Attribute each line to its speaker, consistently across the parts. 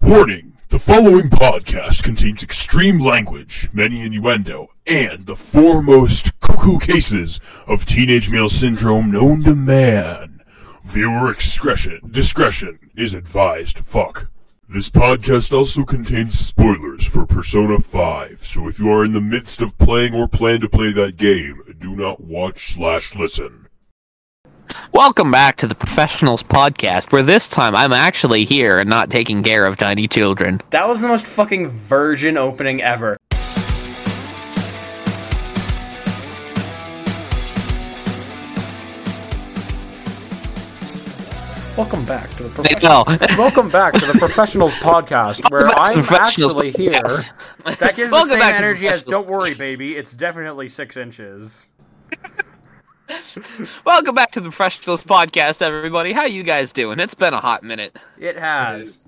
Speaker 1: Warning the following podcast contains extreme language, many innuendo, and the foremost cuckoo cases of teenage male syndrome known to man. Viewer discretion, discretion is advised. Fuck. This podcast also contains spoilers for Persona 5, so if you are in the midst of playing or plan to play that game, do not watch slash listen.
Speaker 2: Welcome back to the Professionals Podcast, where this time I'm actually here and not taking care of tiny children.
Speaker 3: That was the most fucking virgin opening ever.
Speaker 4: Welcome back to the
Speaker 2: They
Speaker 4: prof-
Speaker 2: know.
Speaker 4: Welcome back to the Professionals Podcast, where
Speaker 2: Welcome back to the Professionals
Speaker 4: I'm actually here.
Speaker 2: Podcast.
Speaker 4: That gives the
Speaker 2: Welcome
Speaker 4: same
Speaker 2: back to the
Speaker 4: energy as
Speaker 2: Professionals.
Speaker 4: "Don't worry, baby, it's definitely six inches."
Speaker 2: Welcome back to the Professionals Podcast, everybody. How you guys doing? It's been a hot minute.
Speaker 4: It has.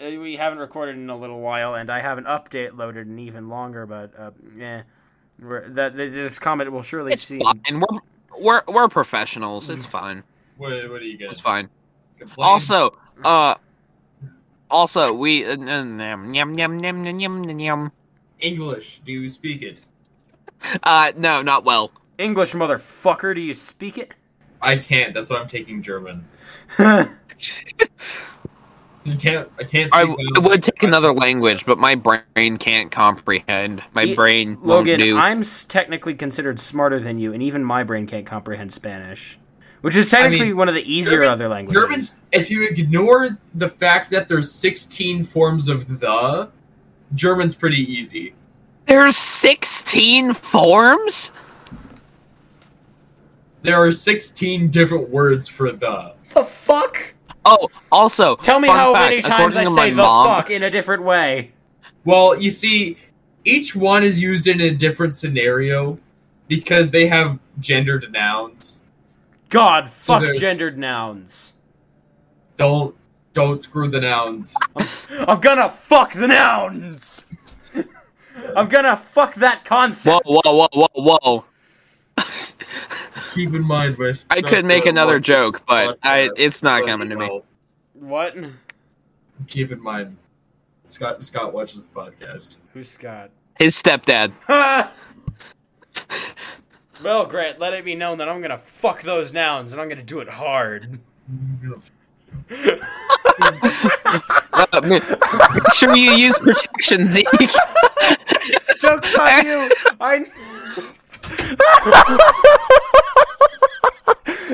Speaker 4: Uh, We haven't recorded in a little while, and I have an update loaded in even longer. But uh, eh, We're- that th- this comment will surely
Speaker 2: It's
Speaker 4: seem.
Speaker 2: fine. We're we're, we're professionals. It's fine.
Speaker 5: What, what are you
Speaker 2: It's
Speaker 5: guys
Speaker 2: fine.
Speaker 5: complaining?
Speaker 2: Also, uh, also we uh, yum yum yum yum yum yum yum.
Speaker 5: English. Do you speak it?
Speaker 2: Uh, no, not well.
Speaker 4: English motherfucker, do you speak it?
Speaker 5: I can't. That's why I'm taking German.
Speaker 4: That's
Speaker 5: You can't. I can't
Speaker 2: I,
Speaker 5: speak.
Speaker 2: w- I
Speaker 5: German.
Speaker 2: would take another language, but my brain can't comprehend. My
Speaker 4: Ye-
Speaker 2: brain won't
Speaker 4: Logan,
Speaker 2: do.
Speaker 4: I'm s- technically considered smarter than you, and even my brain can't comprehend Spanish, which is technically one of the easier
Speaker 5: German-
Speaker 4: other languages.
Speaker 5: German's. If you ignore the fact that there's 16 forms of the, German's pretty easy.
Speaker 2: There's 16 forms?
Speaker 5: There are 16 different words for the.
Speaker 4: the fuck?
Speaker 2: Oh, also,
Speaker 4: Tell me
Speaker 2: fun
Speaker 4: how
Speaker 2: fact,
Speaker 4: many times
Speaker 2: according
Speaker 4: I
Speaker 2: to my
Speaker 4: say the
Speaker 2: mom,
Speaker 4: fuck in a different way.
Speaker 5: Well, you see, each one is used in a different scenario because they have gendered nouns.
Speaker 4: God,
Speaker 5: So
Speaker 4: fuck
Speaker 5: there's-
Speaker 4: gendered nouns.
Speaker 5: Don't don't screw the nouns.
Speaker 4: I'm gonna fuck the nouns. I'm gonna fuck that
Speaker 2: Whoa,
Speaker 4: concept.
Speaker 2: whoa, whoa, whoa, whoa!
Speaker 5: Keep in mind, Wes.
Speaker 2: I could make another joke, but I, it's not coming to me.
Speaker 4: What?
Speaker 5: keep in mind Scott Scott watches the podcast.
Speaker 4: Who's Scott?
Speaker 2: His stepdad.
Speaker 4: well, Grant, let it be known that I'm gonna fuck those nouns, and I'm gonna do it hard.
Speaker 2: Uh, m- make sure you use protection, Zeke.
Speaker 4: Joke's on you. I.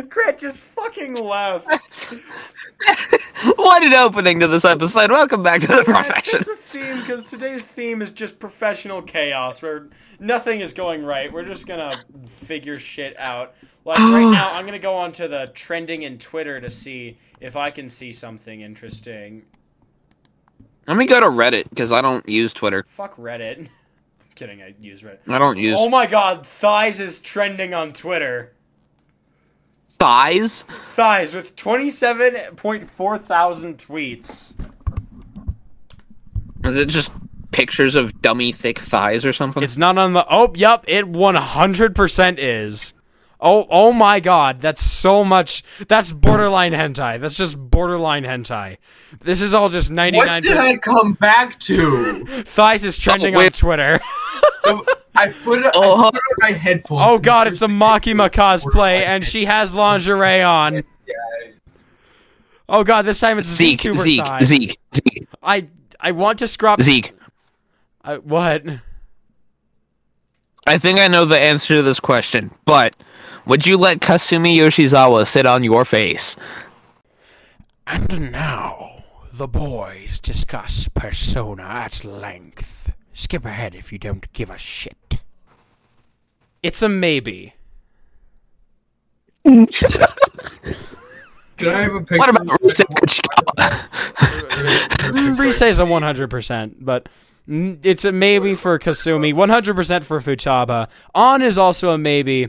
Speaker 4: Grant just fucking left.
Speaker 2: what an opening to this episode. Welcome back to the profession.
Speaker 4: It's a theme because today's theme is just professional chaos where nothing is going right. We're just gonna figure shit out. Like right now, I'm gonna go onto the trending in Twitter to see if I can see something interesting.
Speaker 2: Let me go to Reddit because I don't use Twitter.
Speaker 4: Fuck Reddit. I'm kidding. I use Reddit.
Speaker 2: I don't use
Speaker 4: Oh my God, thighs is trending on Twitter.
Speaker 2: thighs.
Speaker 4: Thighs with 27.4 thousand tweets.
Speaker 2: Is it just pictures of dummy thick thighs or something?
Speaker 4: It's not on the. Oh, yep. It 100% is. Oh, oh my god. That's so much. That's borderline hentai. That's just borderline hentai. This is all just 99.
Speaker 5: What did I come back to?
Speaker 4: Thighs is trending
Speaker 2: Oh, wait.
Speaker 4: on Twitter.
Speaker 5: So I put it,
Speaker 2: Oh.
Speaker 5: I put it on my headphones.
Speaker 4: Oh god, it's a Makima cosplay and she has lingerie on.
Speaker 5: Guys.
Speaker 4: Oh god, this time it's
Speaker 2: Zeke,
Speaker 4: VTuber
Speaker 2: Zeke,
Speaker 4: thighs.
Speaker 2: Zeke, Zeke,
Speaker 4: I I want to scrub
Speaker 2: Zeke.
Speaker 4: I, what?
Speaker 2: I think I know the answer to this question, but would you let Kasumi Yoshizawa sit on your face?
Speaker 4: And now the boys discuss persona at length. Skip ahead if you don't give a shit. It's a maybe.
Speaker 5: Can I have a picture?
Speaker 2: What about
Speaker 5: of-
Speaker 2: Rusei Kuchikawa?
Speaker 4: Risei's a 100%, but n- it's a maybe for Kasumi, 100% for Futaba. On is also a maybe.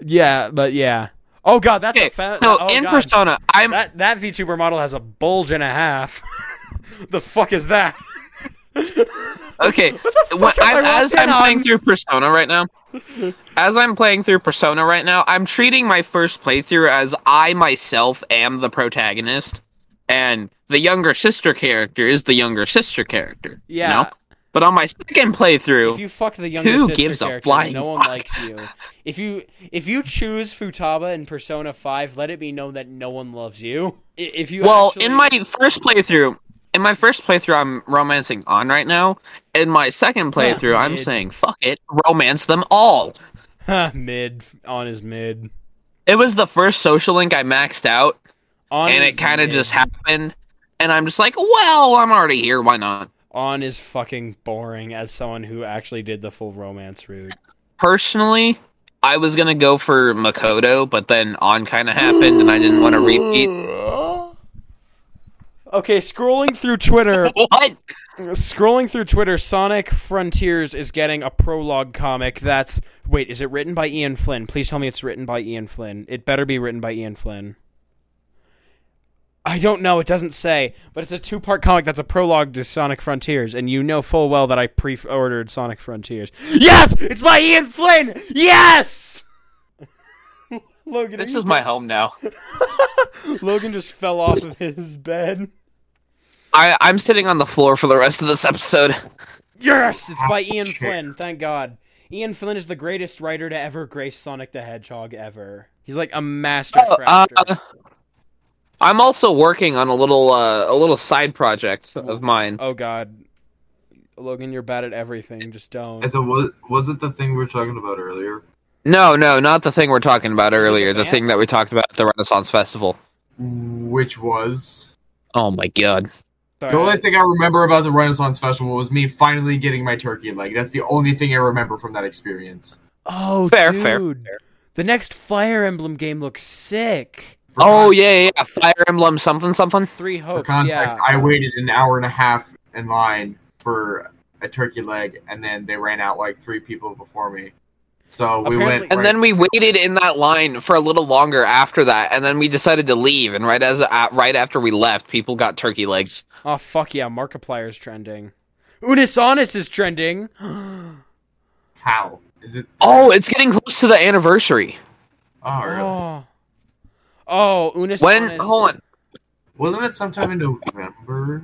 Speaker 4: Yeah, but yeah. Oh god, that's
Speaker 2: Okay,
Speaker 4: a fa-
Speaker 2: so
Speaker 4: oh
Speaker 2: in
Speaker 4: God.
Speaker 2: Persona, I'm
Speaker 4: That that VTuber model has a bulge and a half. the fuck is that?
Speaker 2: okay.
Speaker 4: the fuck
Speaker 2: when-
Speaker 4: am I
Speaker 2: I'm- as
Speaker 4: walking
Speaker 2: I'm playing
Speaker 4: on?
Speaker 2: through Persona right now, as I'm playing through Persona right now, I'm treating my first playthrough as I myself am the protagonist. and the younger sister character is the younger sister character. you
Speaker 4: Yeah.
Speaker 2: know? But on my second playthrough,
Speaker 4: If you fuck the younger
Speaker 2: Who
Speaker 4: sister
Speaker 2: gives a
Speaker 4: character,
Speaker 2: flying
Speaker 4: no one
Speaker 2: fuck?
Speaker 4: likes you. If you if you choose Futaba in Persona Five, let it be known that no one loves you. I- If you
Speaker 2: well,
Speaker 4: actually-
Speaker 2: in my first playthrough, in my first playthrough, I'm romancing on right now. In my second playthrough, I'm
Speaker 4: mid.
Speaker 2: saying fuck it, romance them all.
Speaker 4: mid on his mid
Speaker 2: It was the first social link I maxed out,
Speaker 4: on
Speaker 2: and
Speaker 4: his
Speaker 2: it kind of
Speaker 4: mid.
Speaker 2: just happened. And I'm just like, well, I'm already here. Why not?
Speaker 4: on is fucking boring as someone who actually did the full romance route.
Speaker 2: Personally, I was gonna go for Makoto, but then on kind of happened, and I didn't want to repeat.
Speaker 4: Okay, scrolling through Twitter,
Speaker 2: What?
Speaker 4: scrolling through Twitter, Sonic Frontiers is getting a prologue comic that's wait, is it written by Ian Flynn? Please tell me it's written by Ian Flynn. It better be written by Ian Flynn. I don't know, it doesn't say, but it's a two-part comic that's a prologue to Sonic Frontiers and you know full well that I pre-ordered Sonic Frontiers. Yes, it's by Ian Flynn. Yes! Logan, are
Speaker 2: This
Speaker 4: you-
Speaker 2: is my home now.
Speaker 4: Logan just fell off of his bed.
Speaker 2: I, I'm sitting on the floor for the rest of this episode.
Speaker 4: Yes, it's by Ian Flynn. Thank God. Ian Flynn is the greatest writer to ever grace Sonic the Hedgehog ever. He's like a master
Speaker 2: Oh,
Speaker 4: crafter.
Speaker 2: uh, I'm also working on a little uh, a little side project of mine.
Speaker 4: oh God, Logan, you're bad at everything. Just don't.
Speaker 5: So was was it the thing we were talking about earlier?
Speaker 2: No, no, not the thing we're talking about earlier. The
Speaker 4: band?
Speaker 2: thing that we talked about at the Renaissance Festival.
Speaker 5: Which was
Speaker 2: Oh my god!
Speaker 4: Sorry.
Speaker 5: the only thing I remember about the Renaissance Festival was me finally getting my turkey leg. That's the only thing I remember from that experience.
Speaker 4: Oh,
Speaker 2: Fair,
Speaker 4: dude.
Speaker 2: fair,
Speaker 4: The next Fire Emblem game looks sick.
Speaker 5: For
Speaker 2: Oh
Speaker 5: con-
Speaker 2: yeah, yeah, yeah. Fire Emblem something something.
Speaker 4: Three
Speaker 5: For
Speaker 4: hopes.
Speaker 5: context,
Speaker 4: yeah.
Speaker 5: I waited an hour and a half in line for a turkey leg, and then they ran out like three people before me. So we
Speaker 4: Apparently-
Speaker 5: went.
Speaker 2: And
Speaker 5: right-
Speaker 2: then we waited in that line for a little longer after that, and then we decided to leave. And right as uh, right after we left, people got turkey legs.
Speaker 4: Oh fuck yeah, Markiplier's trending. Unisonus is trending.
Speaker 5: how is it?
Speaker 2: Oh, it's getting close to the anniversary.
Speaker 5: Oh, really?
Speaker 4: Oh. Oh, Unisonus.
Speaker 2: When? Hold on.
Speaker 5: Wasn't it sometime in November?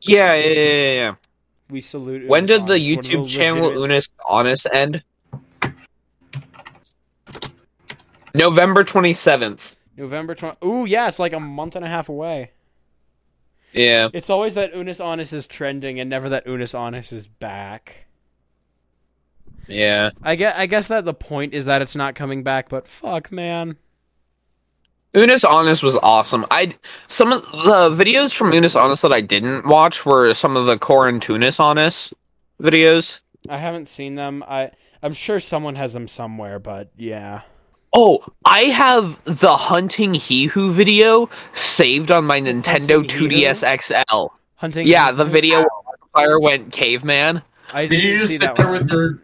Speaker 2: Yeah, yeah, yeah, yeah. yeah.
Speaker 4: We salute.
Speaker 2: When did the
Speaker 4: Unisonus, one of
Speaker 2: YouTube channel
Speaker 4: legitimate-
Speaker 2: Unis Honest end? November 27th.
Speaker 4: November 20. Ooh, yeah, it's like a month and a half away.
Speaker 2: Yeah.
Speaker 4: It's always that Unis Honest is trending and never that Unis Honest is back.
Speaker 2: Yeah.
Speaker 4: I guess, I guess that the point is that it's not coming back, but fuck, man.
Speaker 2: Unis Honest was awesome. I some of the videos from Unis Honest that I didn't watch were some of the Corin Tunis Honest videos.
Speaker 4: I haven't seen them. I I'm sure someone has them somewhere, but yeah.
Speaker 2: Oh, I have the Hunting He Who video saved on my Nintendo
Speaker 4: Hunting He Who?
Speaker 2: 2DS XL.
Speaker 4: Hunting.
Speaker 2: Yeah, the video where Markiplier went caveman.
Speaker 4: I
Speaker 5: Did
Speaker 4: didn't
Speaker 5: you just
Speaker 4: see
Speaker 5: sit
Speaker 4: that
Speaker 5: there
Speaker 4: one.
Speaker 5: with your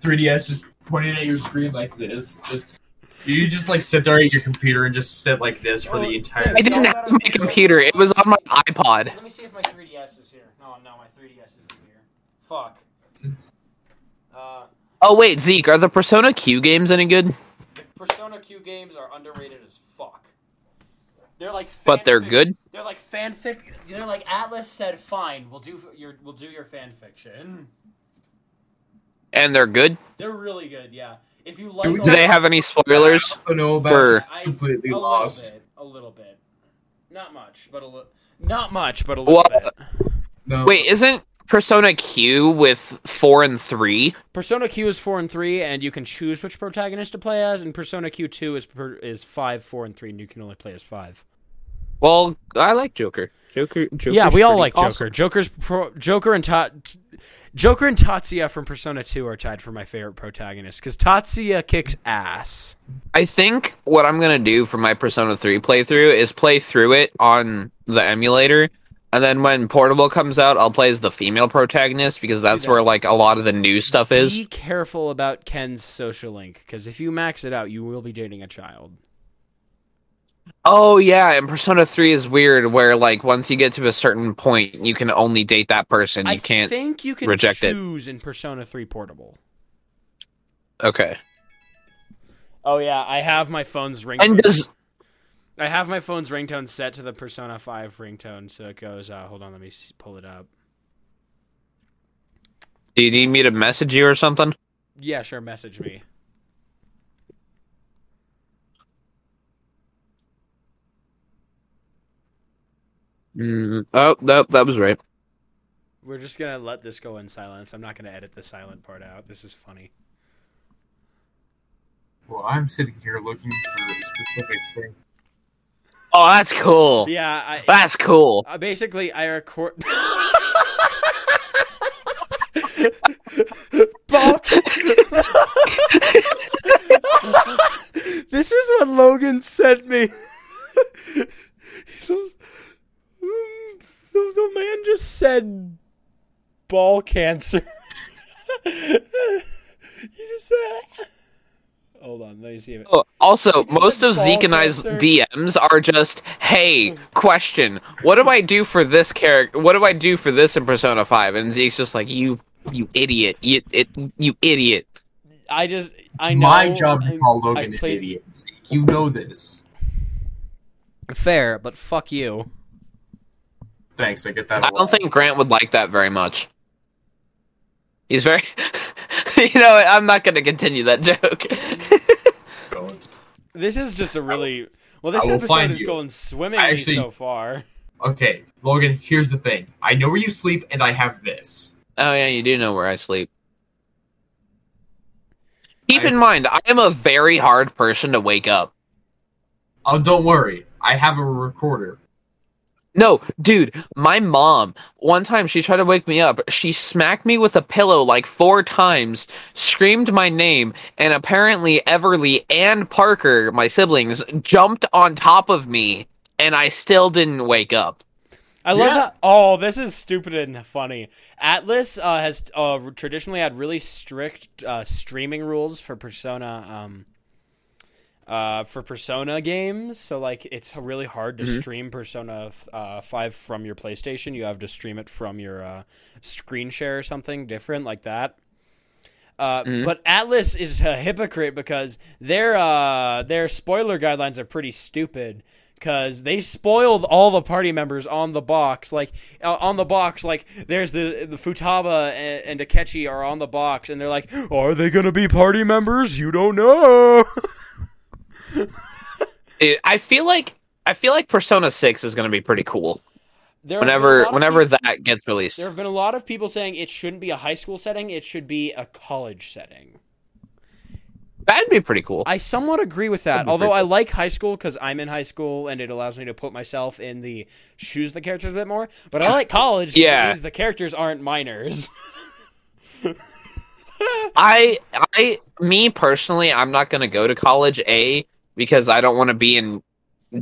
Speaker 5: 3DS just pointed at your screen like this? Just do you just like sit there at your computer and just sit like this for
Speaker 4: Oh,
Speaker 5: the entire?
Speaker 2: I didn't have my computer. It was on my iPod.
Speaker 4: Let me see if my 3DS is here. No, no, my 3DS isn't here. Fuck. Uh,
Speaker 2: Oh wait, Zeke, are the Persona Q games any good?
Speaker 4: Persona Q games are underrated as fuck. They're like,
Speaker 2: But they're good.
Speaker 4: They're like fanfic. They're like Atlas said, "Fine, we'll do your we'll do your fan fiction."
Speaker 2: And they're good.
Speaker 4: They're really good, yeah. If you
Speaker 5: Do
Speaker 4: like,
Speaker 2: Do they have any spoilers?
Speaker 5: I know about
Speaker 2: For-
Speaker 4: I-
Speaker 5: completely
Speaker 4: a little
Speaker 5: lost.
Speaker 4: bit, a little bit, not much, but a little, not much, but a little
Speaker 2: Well,
Speaker 4: bit.
Speaker 5: No.
Speaker 2: wait, isn't Persona Q with four and three?
Speaker 4: Persona Q is four and three, and you can choose which protagonist to play as. And Persona Q two is per, is five, four, and three, and you can only play as five.
Speaker 2: Well, I like Joker. Joker. Joker's
Speaker 4: yeah, we all
Speaker 2: pretty
Speaker 4: like
Speaker 2: awesome.
Speaker 4: Joker. Joker's pro- Joker and Ta- t- Joker and Tatsuya from Persona Two are tied for my favorite protagonists because Tatsuya kicks ass.
Speaker 2: I think what I'm gonna do for my Persona Three playthrough is play through it on the emulator, and then when Portable comes out, I'll play as the female protagonist because that's where like a lot of the new stuff is.
Speaker 4: Be careful about Ken's social link because if you max it out, you will be dating a child.
Speaker 2: Oh yeah, and Persona Three is weird, where like once you get to a certain point, you can only date that person. You
Speaker 4: I
Speaker 2: can't.
Speaker 4: think you can
Speaker 2: reject it.
Speaker 4: choose in Persona Three Portable.
Speaker 2: Okay.
Speaker 4: Oh yeah, I have my phone's ring.
Speaker 2: And does
Speaker 4: I have my phone's ringtone set to the Persona 5 ringtone, so it goes. Uh, hold on, let me s- pull it up.
Speaker 2: Do you need me to message you or something?
Speaker 4: Yeah, sure. Message me.
Speaker 2: Mm, oh, nope, that was right.
Speaker 4: We're just gonna let this go in silence. I'm not gonna edit the silent part out. This is funny.
Speaker 5: Well, I'm sitting here looking for a specific thing.
Speaker 2: Oh, that's cool.
Speaker 4: Yeah, I
Speaker 2: That's cool.
Speaker 4: uh, basically I record. Balk. this is what Logan sent me. the, the man just said ball cancer. you just said. Hold on, let me see if it.
Speaker 2: Oh, Also, most
Speaker 4: said
Speaker 2: of
Speaker 4: ball
Speaker 2: Zeke and I's
Speaker 4: cancer.
Speaker 2: DMs are just, "Hey, question: What do I do for this character? What do I do for this in Persona 5? And Zeke's just like, "You, you idiot! You, it, you idiot!"
Speaker 4: I just, I know.
Speaker 5: My job is to
Speaker 4: I-
Speaker 5: call Logan
Speaker 4: I've
Speaker 5: an
Speaker 4: played-
Speaker 5: idiot. You know this.
Speaker 4: Fair, but fuck you.
Speaker 5: Thanks, I get that.
Speaker 2: I
Speaker 5: a lot.
Speaker 2: don't think Grant would like that very much. He's very, you know, what, I'm not going to continue that joke.
Speaker 5: Don't.
Speaker 4: This is just a really well. This
Speaker 5: I will
Speaker 4: episode
Speaker 5: find
Speaker 4: is
Speaker 5: you.
Speaker 4: going swimmingly
Speaker 5: I actually-
Speaker 4: so far.
Speaker 5: Okay, Logan. Here's the thing. I know where you sleep, and I have this.
Speaker 2: oh yeah, you do know where I sleep. Keep
Speaker 5: I-
Speaker 2: in mind, I am a very hard person to wake up.
Speaker 5: Oh, don't worry. I have a recorder.
Speaker 2: No, dude, my mom, one time she tried to wake me up. She smacked me with a pillow like four times, screamed my name, and apparently Everly and Parker, my siblings, jumped on top of me, and I still didn't wake up.
Speaker 4: I love
Speaker 5: Yeah.
Speaker 4: that. Oh, this is stupid and funny. Atlas uh, has uh, traditionally had really strict uh, streaming rules for Persona. Um, uh, for Persona games, so like it's really hard to
Speaker 5: Mm-hmm.
Speaker 4: stream Persona uh, Five from your PlayStation. You have to stream it from your uh, screen share or something different like that. Uh,
Speaker 2: Mm-hmm.
Speaker 4: But Atlas is a hypocrite because their uh, their spoiler guidelines are pretty stupid because they spoiled all the party members on the box. Like uh, on the box, like there's the the Futaba and, and Akechi are on the box, and they're like, "Are they gonna be party members? You don't know."
Speaker 2: It- I feel like I feel like Persona 6 is going to be pretty cool
Speaker 4: There have been Uh, a
Speaker 2: whenever
Speaker 4: lot of
Speaker 2: whenever
Speaker 4: peop-
Speaker 2: that gets released.
Speaker 4: there have been a lot of people saying it shouldn't be a high school setting; it should be a college setting.
Speaker 2: That'd be pretty cool.
Speaker 4: I somewhat agree with that.
Speaker 2: be
Speaker 4: Although
Speaker 2: pretty
Speaker 4: I like high school because I'm in high school and it allows me to put myself in the shoes of the characters a bit more. But I like college 'cause
Speaker 2: Yeah.
Speaker 4: it means the characters aren't minors.
Speaker 2: I I me personally, I'm not going to go to college A because I don't want to be in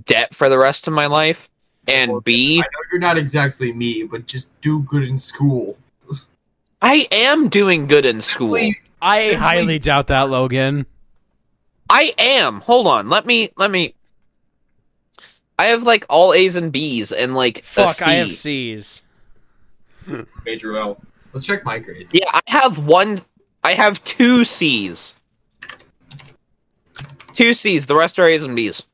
Speaker 2: debt for the rest of my life. And B,
Speaker 5: I know you're not exactly me, but just do good in school.
Speaker 2: I am doing good in school.
Speaker 5: Please,
Speaker 4: I
Speaker 5: Simply-
Speaker 4: highly doubt that, Logan.
Speaker 2: I am. Hold on. Let me let me I have like all A's and B's and like a
Speaker 4: Fuck,
Speaker 2: C.
Speaker 4: I have C's.
Speaker 5: Major L. Let's check my grades.
Speaker 2: Yeah, I have one I have two C's. Two C's, the rest are A's and B's.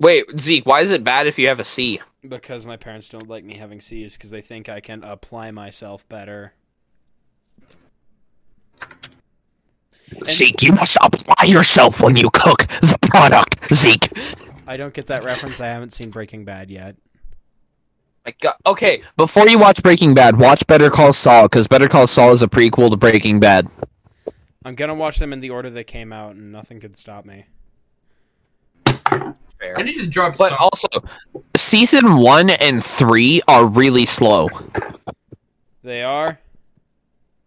Speaker 2: Wait, Zeke, why is it bad if you have a C?
Speaker 4: Because my parents don't like me having C's because they think I can apply myself better.
Speaker 2: Zeke, you must apply yourself when you cook the product, Zeke.
Speaker 4: I don't get that reference. I haven't seen Breaking Bad yet.
Speaker 2: My God. Okay, before you watch Breaking Bad, watch Better Call Saul, because Better Call Saul is a prequel to Breaking Bad.
Speaker 4: I'm gonna watch them in the order they came out, and nothing could stop me.
Speaker 5: I need to drop
Speaker 2: But
Speaker 5: stock.
Speaker 2: also, season one and three are really slow.
Speaker 4: They are.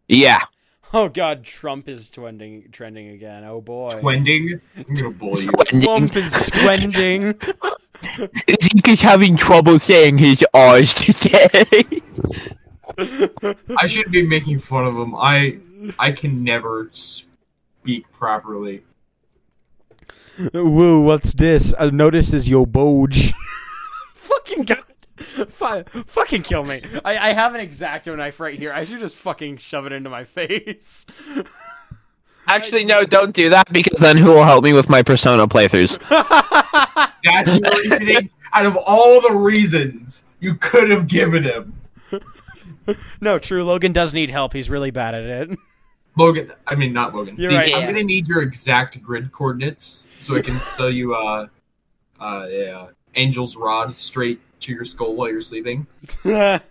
Speaker 2: Yeah.
Speaker 4: Oh God, Trump is trending trending again. Oh boy,
Speaker 5: Wending. I'm gonna bully you.
Speaker 4: Trump is trending.
Speaker 2: Zeke is having trouble saying his R's today.
Speaker 5: I should be making fun of him. I I can never speak properly.
Speaker 4: Woo, what's this? I notice is your boge. fucking God. Fu- fucking kill me. I, I have an exacto knife right here. I should just fucking shove it into my face.
Speaker 2: Actually, no, don't do that because then who will help me with my Persona playthroughs?
Speaker 5: that's your reasoning out of all the reasons you could have given him.
Speaker 4: No, true. Logan does need help. He's really bad at it.
Speaker 5: Logan, I mean not Logan.
Speaker 4: You're
Speaker 5: CK,
Speaker 4: right.
Speaker 5: I'm gonna need your exact grid coordinates so I can sell you uh, uh, yeah, Angel's Rod straight to your skull while you're sleeping.
Speaker 4: Don't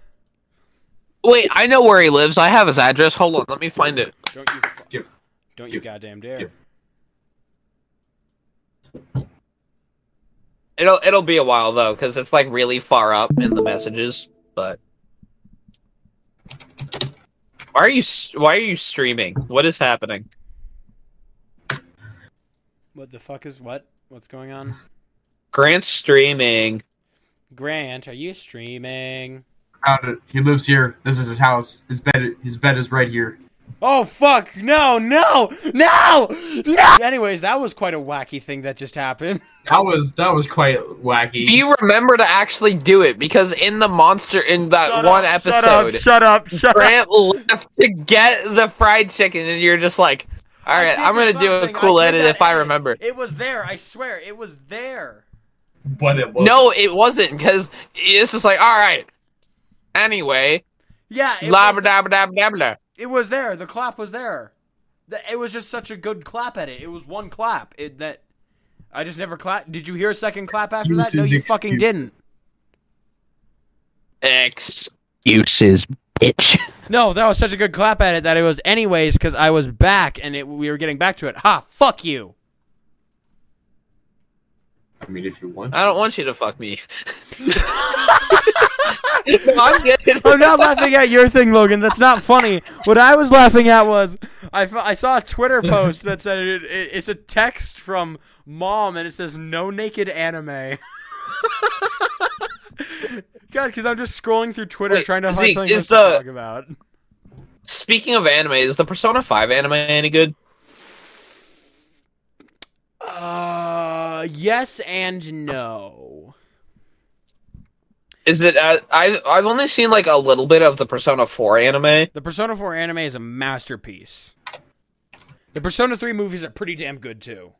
Speaker 6: Wait, I know where he lives. I have his address. Hold on, let me find it.
Speaker 4: you?
Speaker 5: Give.
Speaker 4: Don't you
Speaker 5: Give.
Speaker 4: goddamn dare!
Speaker 5: Give.
Speaker 6: It'll it'll be a while though, because it's like really far up in the messages. But why are you s- why are you streaming? What is happening?
Speaker 4: What the fuck is what? What's going on?
Speaker 6: Grant's streaming.
Speaker 4: Grant, are you streaming?
Speaker 5: Found it. He lives here. This is his house. His bed. His bed is right here.
Speaker 4: Oh fuck! No! No! No! No! Anyways, that was quite a wacky thing that just happened.
Speaker 5: That was that was quite wacky.
Speaker 6: Do you remember to actually do it? Because in the monster in that one episode,
Speaker 4: Shut up! Shut up!
Speaker 6: Grant left to get the fried chicken, and you're just like, "All right,
Speaker 4: did
Speaker 6: I'm
Speaker 4: do
Speaker 6: gonna do a
Speaker 4: something.
Speaker 6: cool
Speaker 4: did
Speaker 6: edit
Speaker 4: that
Speaker 6: if I remember."
Speaker 4: It was there. I swear, it was there.
Speaker 5: But it was
Speaker 6: No, it wasn't because it's just like, all right. Anyway,
Speaker 4: Yeah, it
Speaker 6: blah
Speaker 4: was,
Speaker 6: blah blah blah blah. blah.
Speaker 4: it was there. The clap was there. The- It was just such a good clap at it. It was one clap. It that I just never clap. Did you hear a second clap after that? No,
Speaker 5: Excuses,
Speaker 4: you fucking didn't.
Speaker 5: excuses.
Speaker 6: Excuses, bitch.
Speaker 4: No, that was such a good clap at it that it was anyways because I was back and it, we were getting back to it. Ha! Fuck you.
Speaker 5: I mean, if you want.
Speaker 6: I don't want you to fuck me. No, I'm good.
Speaker 4: I'm not laughing at your thing, Logan. That's not funny. What I was laughing at was I, f- I saw a Twitter post that said it, it, it's a text from mom and it says no naked anime. God, because I'm just scrolling through Twitter
Speaker 6: Wait,
Speaker 4: trying to find
Speaker 6: Zeke,
Speaker 4: something else
Speaker 6: is
Speaker 4: to
Speaker 6: the-
Speaker 4: talk about.
Speaker 6: Speaking of anime, is the Persona Five anime any good?
Speaker 4: Uh, yes and no.
Speaker 6: Is it? Uh, I I've only seen like a little bit of the Persona Four anime.
Speaker 4: The Persona 4 anime is a masterpiece. The Persona 3 movies are pretty damn good too.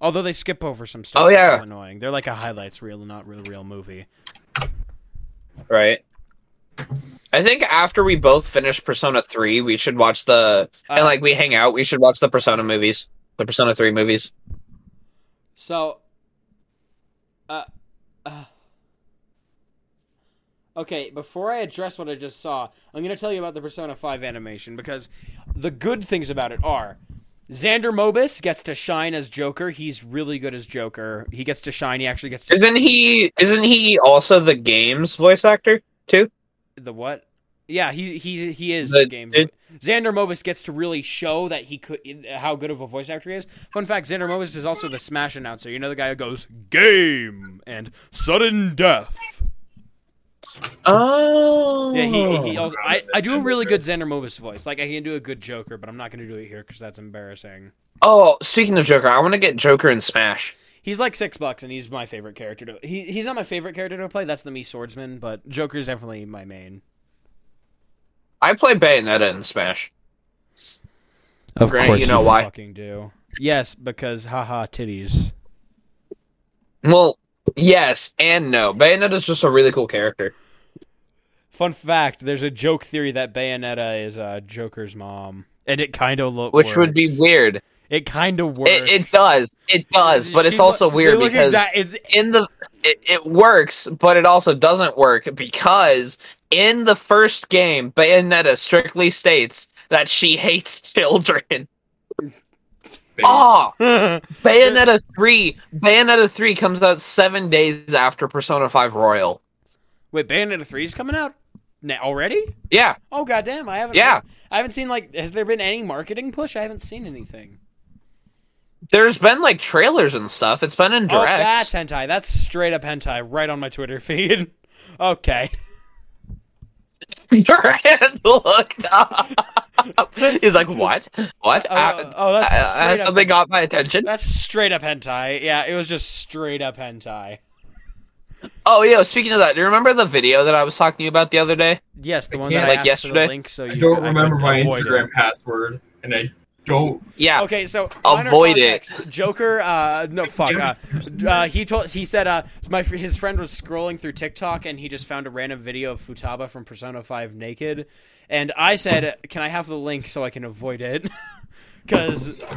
Speaker 4: Although they skip over some stuff.
Speaker 6: Oh,
Speaker 4: that's
Speaker 6: yeah.
Speaker 4: annoying. They're like a highlights reel, not real real movie.
Speaker 6: Right. I think after we both finish Persona 3, we should watch the and
Speaker 4: Uh,
Speaker 6: like we hang out, we should watch the Persona movies, the Persona 3 movies.
Speaker 4: So, uh, uh, okay. Before I address what I just saw, I'm gonna tell you about the Persona Five animation because the good things about it are Xander Mobus gets to shine as Joker. He's really good as Joker. He gets to shine. He actually gets to
Speaker 6: Isn't he isn't he also the game's voice actor too?
Speaker 4: the what? Yeah, he he he is
Speaker 6: The
Speaker 4: the game.
Speaker 6: dude-
Speaker 4: Xander Mobus gets to really show that he could how good of a voice actor he is. Fun fact: Xander Mobus is also the Smash announcer. You know the guy who goes "game" and "sudden death."
Speaker 6: Oh.
Speaker 4: Yeah, he, he also, I, I do a really good Xander Mobus voice. Like I can do a good Joker, but I'm not going to do it here because that's embarrassing.
Speaker 6: Oh, speaking of Joker, I want to get Joker in Smash.
Speaker 4: He's like six bucks, and he's my favorite character to. He, he's not my favorite character to play. That's the me swordsman, but Joker's definitely my main.
Speaker 6: I play Bayonetta in Smash.
Speaker 4: Of
Speaker 6: Grant, course you know why.
Speaker 4: Fucking do. Yes, because haha titties.
Speaker 6: Well, yes and no. Bayonetta's just a really cool character.
Speaker 4: Fun fact: There's a joke theory that Bayonetta is uh, Joker's mom, and it kind of looks.
Speaker 6: Which would be weird.
Speaker 4: it kind of works.
Speaker 6: It, it does. It does, but
Speaker 4: She
Speaker 6: it's
Speaker 4: lo-
Speaker 6: also
Speaker 4: they
Speaker 6: weird
Speaker 4: look
Speaker 6: because
Speaker 4: exact- it's-
Speaker 6: in the it, it works, but it also doesn't work because in the first game, Bayonetta strictly states that she hates children. Oh, Bayonetta three, Bayonetta three comes out seven days after Persona Five Royal.
Speaker 4: wait, Bayonetta three is coming out now already.
Speaker 6: Yeah,
Speaker 4: Oh goddamn! I haven't.
Speaker 6: Yeah.
Speaker 4: I haven't seen like. Has there been any marketing push? I haven't seen anything.
Speaker 6: there's been like trailers and stuff. It's been in
Speaker 4: Oh, that's
Speaker 6: directs.
Speaker 4: hentai. That's straight up hentai, right on my Twitter feed. okay.
Speaker 6: Grant looked up. He's like, what? What?
Speaker 4: Oh, oh, that's
Speaker 6: I- I-
Speaker 4: straight up-
Speaker 6: something got my attention.
Speaker 4: That's straight up hentai. Yeah, it was just straight up hentai.
Speaker 6: Oh, yo, speaking of that, do you remember the video that I was talking to you about the other day?
Speaker 4: Yes, the
Speaker 5: I
Speaker 4: one
Speaker 5: can't-
Speaker 4: that I
Speaker 6: Like
Speaker 4: asked for
Speaker 6: yesterday?
Speaker 4: the link. So you
Speaker 5: I don't
Speaker 4: could-
Speaker 5: remember
Speaker 4: could
Speaker 5: my
Speaker 4: avoid
Speaker 5: Instagram
Speaker 4: it.
Speaker 5: password, and I don't.
Speaker 6: Yeah.
Speaker 4: Okay, so minor
Speaker 6: Avoid it.
Speaker 4: context, Joker. Uh, no, fuck. Uh, uh, he told. He said. Uh, my fr- his friend was scrolling through TikTok and he just found a random video of Futaba from Persona Five naked, and I said, "Can I have the link so I can avoid it?" Because
Speaker 6: It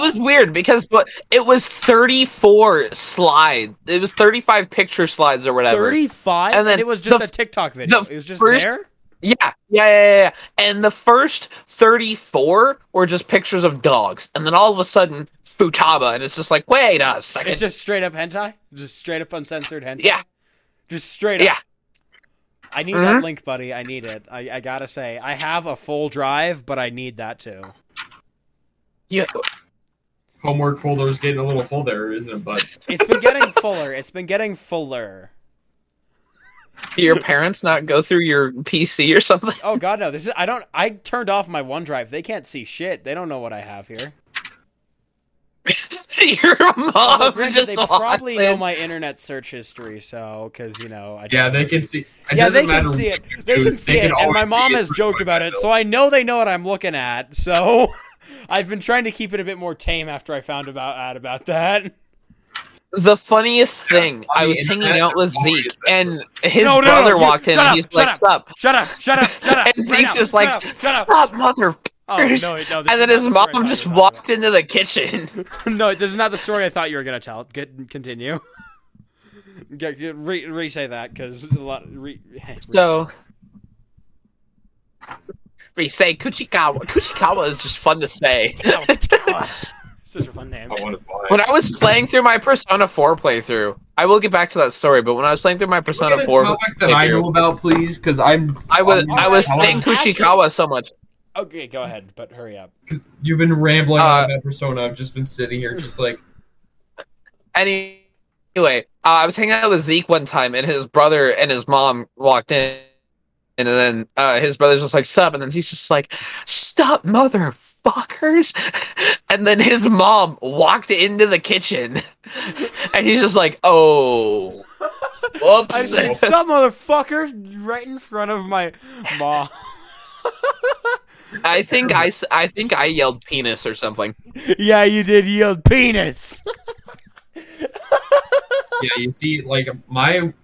Speaker 6: was weird because but it was 34 slide. It was 35 picture slides or whatever.
Speaker 4: thirty-five,
Speaker 6: And
Speaker 4: and,
Speaker 6: then
Speaker 4: it was just
Speaker 6: the
Speaker 4: a
Speaker 6: f-
Speaker 4: TikTok video.
Speaker 6: the
Speaker 4: It was just
Speaker 6: first-
Speaker 4: there.
Speaker 6: Yeah, yeah, yeah, yeah. yeah. And the first 34 were just pictures of dogs. And then all of a sudden, Futaba. And it's just like, wait a second.
Speaker 4: It's just straight up hentai. Just straight up uncensored hentai.
Speaker 6: yeah,
Speaker 4: Just straight up.
Speaker 6: yeah. Mm-hmm.
Speaker 4: I need that link, buddy. I need it. I, I gotta say, I have a full drive, but I need that too.
Speaker 6: You,
Speaker 5: Homework folder's getting a little full there, isn't it, bud?
Speaker 4: It's been getting fuller. It's been getting fuller.
Speaker 6: do your parents not go through your PC or something?
Speaker 4: Oh god no, this is I don't I turned off my OneDrive. They can't see shit. They don't know what I have here.
Speaker 6: your
Speaker 4: Although,
Speaker 6: mom
Speaker 4: Oh, granted,
Speaker 6: just
Speaker 4: they
Speaker 6: walks
Speaker 4: probably
Speaker 6: in.
Speaker 4: know my internet search history, so cuz you know, I
Speaker 5: Yeah,
Speaker 4: don't-
Speaker 5: they can see. It
Speaker 4: Yeah,
Speaker 5: doesn't
Speaker 4: they can
Speaker 5: matter
Speaker 4: see
Speaker 5: what
Speaker 4: it.
Speaker 5: you
Speaker 4: They
Speaker 5: do,
Speaker 4: can see it. And
Speaker 5: always
Speaker 4: my
Speaker 5: see
Speaker 4: mom
Speaker 5: it
Speaker 4: has
Speaker 5: pretty
Speaker 4: joked
Speaker 5: much,
Speaker 4: about it,
Speaker 5: though.
Speaker 4: so I know they know what I'm looking at. So I've been trying to keep it a bit more tame after I found about out about that.
Speaker 6: The funniest thing,
Speaker 5: I
Speaker 6: I
Speaker 5: mean,
Speaker 6: was
Speaker 5: and
Speaker 6: hanging
Speaker 5: that-
Speaker 6: out with
Speaker 5: that's
Speaker 6: Zeke,
Speaker 5: always-
Speaker 6: and his
Speaker 4: No, no, no,
Speaker 6: brother
Speaker 4: you-
Speaker 6: walked in,
Speaker 4: shut
Speaker 6: and
Speaker 4: up,
Speaker 6: he's
Speaker 4: shut
Speaker 6: like,
Speaker 4: up.
Speaker 6: "Stop!"
Speaker 4: Shut up, shut up, shut up.
Speaker 6: And
Speaker 4: right
Speaker 6: Zeke's
Speaker 4: now,
Speaker 6: just
Speaker 4: shut
Speaker 6: like,
Speaker 4: up, shut up.
Speaker 6: "Stop, mother!"
Speaker 4: Oh, no, it- no, this
Speaker 6: and
Speaker 4: is
Speaker 6: then
Speaker 4: not
Speaker 6: his
Speaker 4: the
Speaker 6: mom
Speaker 4: story I
Speaker 6: just
Speaker 4: thought you were
Speaker 6: walked into the kitchen.
Speaker 4: No, this is not the story I thought you were gonna tell. Get continue. Get, get, re, re say that because a lot. Re,
Speaker 6: So we say Kuchikawa. Kuchikawa is just fun to say.
Speaker 4: Oh, such a fun name.
Speaker 5: I want to buy.
Speaker 6: When I was playing through my Persona 4 playthrough, I I will get back to that story, but when I was playing through my
Speaker 5: Get
Speaker 6: Persona
Speaker 5: a
Speaker 6: 4
Speaker 5: topic that I know
Speaker 6: playthrough,
Speaker 5: about, please, because I'm.
Speaker 6: I was
Speaker 5: I'm-
Speaker 6: I was
Speaker 5: I'm-
Speaker 6: saying Kuchikawa so much.
Speaker 4: Okay, go ahead, but hurry up.
Speaker 5: 'cause You've been rambling
Speaker 6: Uh,
Speaker 5: on about persona. I've just been sitting here, just like
Speaker 6: Any- Anyway, uh, I was hanging out with Zeke one time, and his brother and his mom walked in, and then uh, his brother's just like, "Sup," and then he's just like, "Stop, motherfuckers!" And then his mom walked into the kitchen, and he's just like, "Oh,
Speaker 4: I
Speaker 6: whoops!"
Speaker 4: said some motherfucker right in front of my mom.
Speaker 6: I think I, s- I think I yelled penis or something.
Speaker 4: yeah, you did yield penis.
Speaker 5: yeah, you see, like my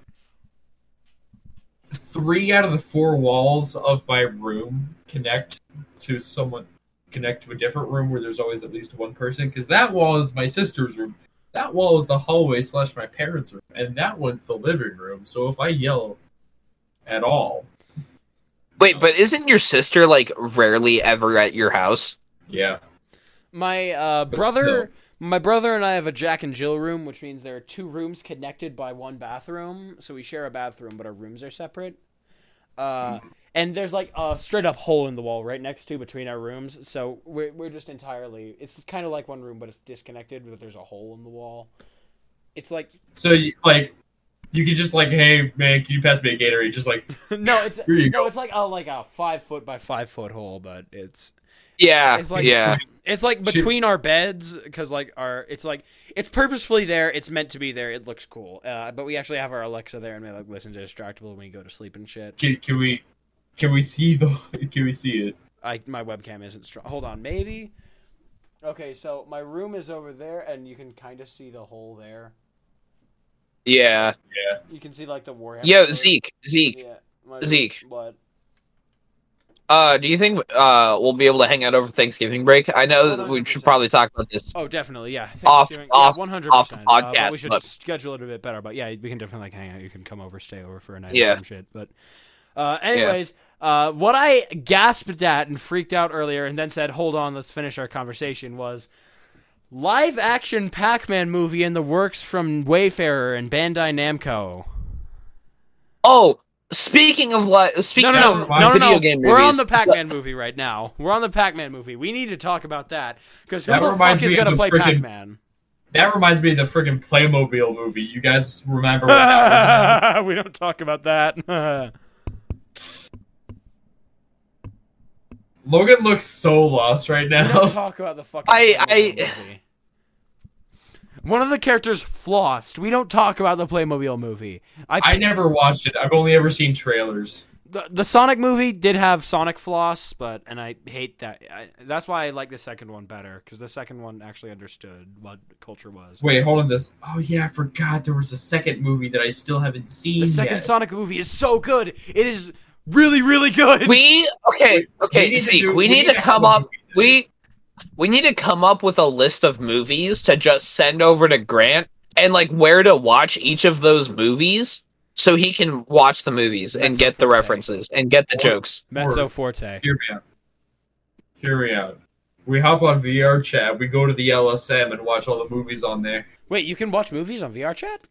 Speaker 5: three out of the four walls of my room connect to someone connect to a different room where there's always at least one person because that wall is my sister's room. That wall is the hallway slash my parents' room, and that one's the living room. So if I yell at all,
Speaker 6: Wait, but isn't your sister like rarely ever at your house?
Speaker 5: yeah,
Speaker 4: My uh,
Speaker 5: But
Speaker 4: brother, my brother and I have a Jack and Jill room, which means there are two rooms connected by one bathroom. So we share a bathroom, but our rooms are separate. Uh,
Speaker 5: Mm-hmm.
Speaker 4: and there's like a straight up hole in the wall right next to between our rooms. So we're we're just entirely. It's kind of like one room, but it's disconnected. But there's a hole in the wall. It's like
Speaker 5: so you, like you could just like, hey man, can you pass me a Gatorade? Just like
Speaker 4: no, it's
Speaker 5: Here you
Speaker 4: no,
Speaker 5: go.
Speaker 4: it's like a like a five foot by five foot hole, but it's
Speaker 6: Yeah,
Speaker 4: It's like-
Speaker 6: yeah.
Speaker 4: It's like between our beds because like our it's like it's purposefully there. It's meant to be there. It looks cool. Uh, but we actually have our Alexa there and we like listen to Distractable when we go to sleep and shit.
Speaker 5: can, can we can we see the can we see it?
Speaker 4: I my webcam isn't strong. Hold on, maybe. Okay, so my room is over there, and you can kind of see the hole there.
Speaker 6: Yeah.
Speaker 4: You can see like the warhammer.
Speaker 6: Yo,
Speaker 4: plate.
Speaker 6: Zeke, Zeke.
Speaker 4: Yeah, my
Speaker 6: Zeke.
Speaker 4: What?
Speaker 6: Uh, do you think uh we'll be able to hang out over Thanksgiving break? I know that we should
Speaker 4: 100%.
Speaker 6: probably talk about this.
Speaker 4: Oh, definitely. Yeah.
Speaker 6: Off-
Speaker 4: Thanksgiving-
Speaker 6: off-
Speaker 4: yeah, 100%.
Speaker 6: off the
Speaker 4: Uh, but
Speaker 6: podcast,
Speaker 4: we should
Speaker 6: but-
Speaker 4: schedule it a bit better. But yeah, we can definitely like hang out. You can come over, stay over for a night
Speaker 6: Yeah.
Speaker 4: or some shit. But uh, anyways, uh, what I gasped at and freaked out earlier, and then said, "Hold on, let's finish our conversation." Was live action Pac Man movie in the works from Wayfarer and Bandai Namco.
Speaker 6: Oh, speaking of li-
Speaker 4: No,
Speaker 6: speaking
Speaker 4: no, no,
Speaker 6: of
Speaker 4: no, no,
Speaker 6: video
Speaker 4: no.
Speaker 6: game
Speaker 4: We're
Speaker 6: movies,
Speaker 4: on the Pac Man movie right now. We're on the Pac Man movie. We need to talk about that because who
Speaker 5: That
Speaker 4: the fuck
Speaker 5: reminds
Speaker 4: is
Speaker 5: me of
Speaker 4: gonna
Speaker 5: the
Speaker 4: play
Speaker 5: frickin'
Speaker 4: Pac Man?
Speaker 5: That reminds me of the freaking Playmobil movie. You guys remember when that was?
Speaker 4: we don't talk about that.
Speaker 5: Logan looks so lost right
Speaker 4: don't
Speaker 5: now.
Speaker 4: talk about the fucking.
Speaker 6: I-
Speaker 4: Playmobil
Speaker 6: I-
Speaker 4: movie. One of the characters flossed. We don't talk about the Playmobil movie. I,
Speaker 5: I never watched it. I've only ever seen trailers.
Speaker 4: the the Sonic movie did have Sonic floss, but and I hate that. I, that's why I like the second one better because the second one actually understood what culture was.
Speaker 5: Wait, hold on. This. Oh yeah, I forgot there was a second movie that I still haven't seen.
Speaker 4: The second
Speaker 5: yet.
Speaker 4: Sonic movie is so good. It is really really good.
Speaker 2: We okay, okay.
Speaker 5: We need to
Speaker 2: Zeke,
Speaker 5: do-
Speaker 2: we need to
Speaker 5: have
Speaker 2: come
Speaker 5: a
Speaker 2: up.
Speaker 5: movie.
Speaker 2: We we need to come up with a list of movies to just send over to Grant and like where to watch each of those movies so he can watch the movies and
Speaker 4: That's
Speaker 2: get the
Speaker 4: okay.
Speaker 2: references and get the jokes.
Speaker 4: Mezzo forte.
Speaker 5: Hear me out. Hear me out. We hop on VR chat. We go to the LSM and watch all the movies on there.
Speaker 4: Wait, you can watch movies on VR chat?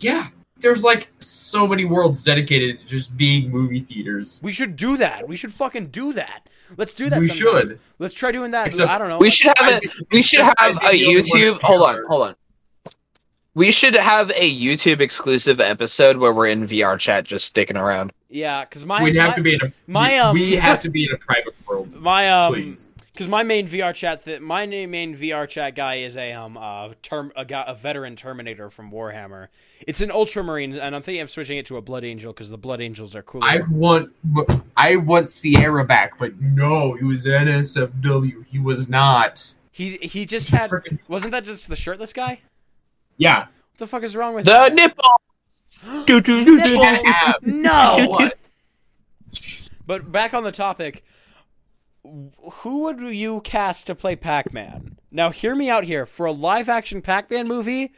Speaker 5: Yeah, there's like so many worlds dedicated to just being movie theaters.
Speaker 4: We should do that. We should fucking do that. Let's do that.
Speaker 5: we
Speaker 4: sometime.
Speaker 5: should.
Speaker 4: Let's try doing that.
Speaker 5: Except-
Speaker 4: I don't know.
Speaker 2: We
Speaker 4: like-
Speaker 2: should have a we should have
Speaker 5: I
Speaker 2: a
Speaker 5: think the only one
Speaker 2: YouTube.
Speaker 5: to
Speaker 2: Hold on,
Speaker 5: cover-
Speaker 2: hold on. We should have a YouTube exclusive episode where we're in VR chat just sticking around.
Speaker 4: Yeah, because my
Speaker 5: We'd
Speaker 4: my-
Speaker 5: have to be in a.
Speaker 4: my,
Speaker 5: we-
Speaker 4: um,
Speaker 5: we have to be in a private world.
Speaker 4: my um
Speaker 5: please.
Speaker 4: because my main VR chat that my na- main VR chat guy is a um uh term a guy, a veteran Terminator from Warhammer. It's an Ultramarine, and I'm thinking of switching it to a Blood Angel because the Blood Angels are cooler.
Speaker 5: I want, I want Sierra back, but no, he was NSFW. He was not.
Speaker 4: he he just had
Speaker 5: Frickin-
Speaker 4: wasn't that just the shirtless guy?
Speaker 5: Yeah,
Speaker 4: What the fuck is wrong with
Speaker 2: The
Speaker 4: that?
Speaker 2: nipple. Do, do, do, do, do.
Speaker 5: Ab.
Speaker 4: No.
Speaker 5: What?
Speaker 4: But back on the topic, who would you cast to play Pac-Man? Now, hear me out here. For a live-action Pac-Man movie,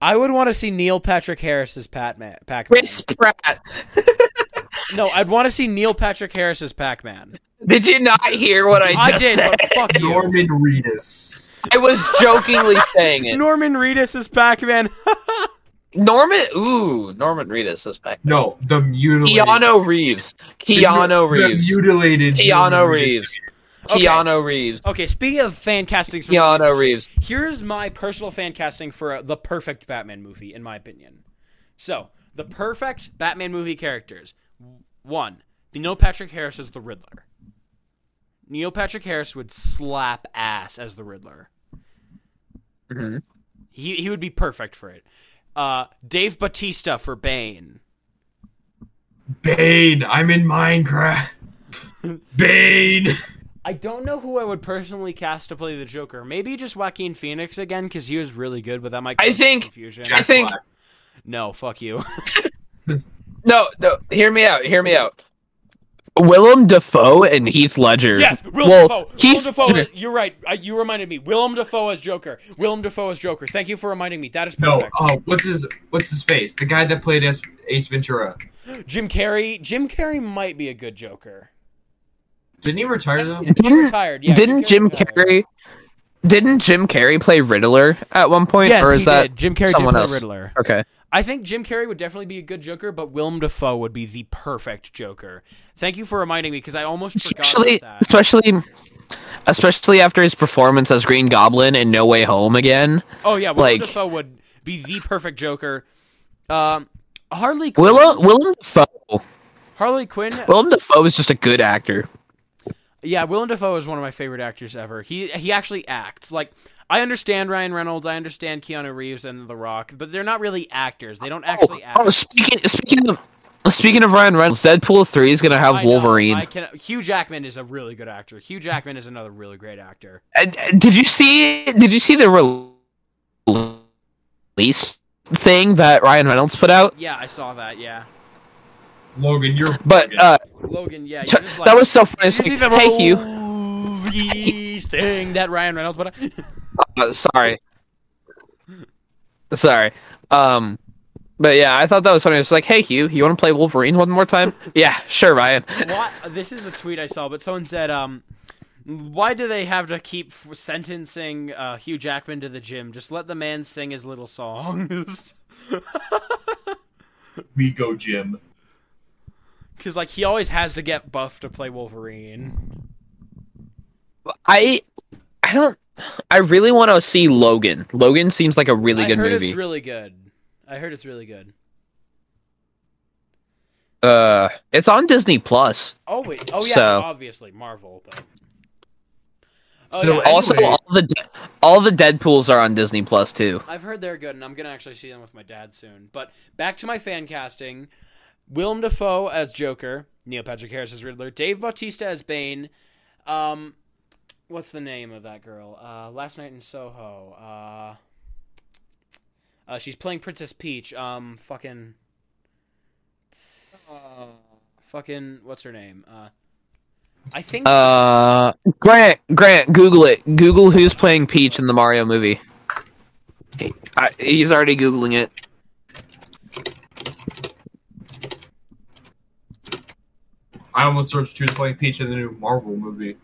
Speaker 4: I would want to see Neil Patrick Harris as Pac-Man. Pac-Man.
Speaker 2: Chris Pratt.
Speaker 4: No, I'd want to see Neil Patrick Harris as Pac-Man.
Speaker 2: Did you not hear what I just
Speaker 4: I, did,
Speaker 2: said?
Speaker 4: but fuck you.
Speaker 5: Norman Reedus.
Speaker 2: I was jokingly saying it.
Speaker 4: Norman Reedus as Pac-Man.
Speaker 2: Norman, ooh, Norman Reedus is back.
Speaker 5: No, the mutilated.
Speaker 2: Keanu Reeves. Keanu Reeves.
Speaker 5: The mutilated.
Speaker 2: Keanu
Speaker 5: Norman
Speaker 2: Reeves.
Speaker 4: Okay.
Speaker 2: Keanu Reeves.
Speaker 4: okay, speaking of fan castings, for
Speaker 2: Keanu
Speaker 4: movies,
Speaker 2: Reeves.
Speaker 4: here's my personal fan casting for uh, the perfect Batman movie, in my opinion. So, the perfect Batman movie characters. One, Neil Patrick Harris as the Riddler. Neil Patrick Harris would slap ass as the Riddler.
Speaker 2: Mhm.
Speaker 4: He he would be perfect for it. Uh, Dave Batista for Bane.
Speaker 5: Bane. I'm in Minecraft. Bane.
Speaker 4: I don't know who I would personally cast to play the Joker. Maybe just Joaquin Phoenix again because he was really good, but that might.
Speaker 2: I
Speaker 4: cause
Speaker 2: think-
Speaker 4: confusion.
Speaker 5: Jack
Speaker 2: think-
Speaker 5: Black.
Speaker 4: No, fuck you.
Speaker 2: No, no, hear me out. Hear me out. Willem Dafoe and Heath Ledger.
Speaker 4: yes, Willem
Speaker 2: Well,
Speaker 4: Dafoe.
Speaker 2: Heath
Speaker 4: Willem Dafoe.
Speaker 2: Ledger.
Speaker 4: You're right. I, you reminded me. Willem Dafoe as Joker. Willem Dafoe as Joker. Thank you for reminding me. That is
Speaker 5: No.
Speaker 4: perfect.
Speaker 2: uh,
Speaker 5: Oh, what's his what's his face? The guy that played as Ace Ventura.
Speaker 4: Jim Carrey. Jim Carrey might be a good Joker.
Speaker 5: Didn't he retire though?
Speaker 2: Didn't,
Speaker 4: Retired. Yeah.
Speaker 2: didn't Jim Carrey? Didn't Jim Carrey play Riddler at one point,
Speaker 4: Yes,
Speaker 2: or is
Speaker 4: he
Speaker 2: that
Speaker 4: did. Jim Carrey
Speaker 2: someone
Speaker 4: did play
Speaker 2: else?
Speaker 4: Riddler.
Speaker 2: Okay.
Speaker 4: I think Jim Carrey would definitely be a good Joker, but Willem Dafoe would be the perfect Joker. Thank you for reminding me because I almost
Speaker 2: especially
Speaker 4: forgot about that.
Speaker 2: especially especially after his performance as Green Goblin in No Way Home again.
Speaker 4: Oh yeah, Willem
Speaker 2: Like-
Speaker 4: Dafoe would be the perfect Joker. Um, Harley Quinn,
Speaker 2: Willow Willem Dafoe.
Speaker 4: Harley Quinn.
Speaker 2: Willem Dafoe is just a good actor.
Speaker 4: Yeah, Willem Dafoe is one of my favorite actors ever. He he actually acts like I understand Ryan Reynolds, I understand Keanu Reeves and The Rock, but they're not really actors. They don't
Speaker 2: Oh,
Speaker 4: actually act.
Speaker 2: oh, speaking speaking of speaking of Ryan Reynolds, Deadpool three is gonna have
Speaker 4: I know,
Speaker 2: Wolverine.
Speaker 4: I can, Hugh Jackman is a really good actor. Hugh Jackman is another really great actor.
Speaker 2: And- and Did you see? Did you see the re- release thing that Ryan Reynolds put out?
Speaker 4: Yeah, I saw that. Yeah,
Speaker 5: Logan, you're.
Speaker 2: But uh,
Speaker 4: Logan. Yeah,
Speaker 2: t-
Speaker 4: you're just like,
Speaker 2: that was so funny. It's
Speaker 4: Did you
Speaker 2: like,
Speaker 4: see the
Speaker 2: hey, Hugh.
Speaker 4: release thing that Ryan Reynolds put out?
Speaker 2: Uh, sorry. Sorry. Um but yeah, I thought that was funny. It's like, hey Hugh, you want to play Wolverine one more time? yeah, sure, Ryan.
Speaker 4: Why, this is a tweet I saw, but someone said, um, why do they have to keep f- sentencing uh, Hugh Jackman to the gym? Just let the man sing his little songs.
Speaker 5: We go, Jim.
Speaker 4: Because, like, he always has to get buffed to play Wolverine.
Speaker 2: I I don't I really want to see Logan. Logan seems like a really
Speaker 4: I
Speaker 2: good
Speaker 4: heard
Speaker 2: movie.
Speaker 4: it's really good. I heard it's really good.
Speaker 2: uh it's on Disney Plus.
Speaker 4: Oh, wait. Oh, yeah,
Speaker 2: So-
Speaker 4: obviously. Marvel, but...
Speaker 5: So,
Speaker 4: yeah,
Speaker 5: I-
Speaker 2: Also
Speaker 5: Anyway.
Speaker 2: all the De- all the Deadpools are on Disney Plus too.
Speaker 4: I've heard they're good, and I'm gonna actually see them with my dad soon. But back to my fan casting, Willem Dafoe as Joker, Neil Patrick Harris as Riddler, Dave Bautista as Bane. Um, what's the name of that girl? Uh, Last Night in Soho. Uh, uh, she's playing Princess Peach. Um, fucking, fucking, what's her name? Uh, I think
Speaker 2: Uh, Grant, Grant, Google it. Google who's playing Peach in the Mario movie. He- I, he's already googling it.
Speaker 5: I almost searched who's playing Peach in the new Marvel movie.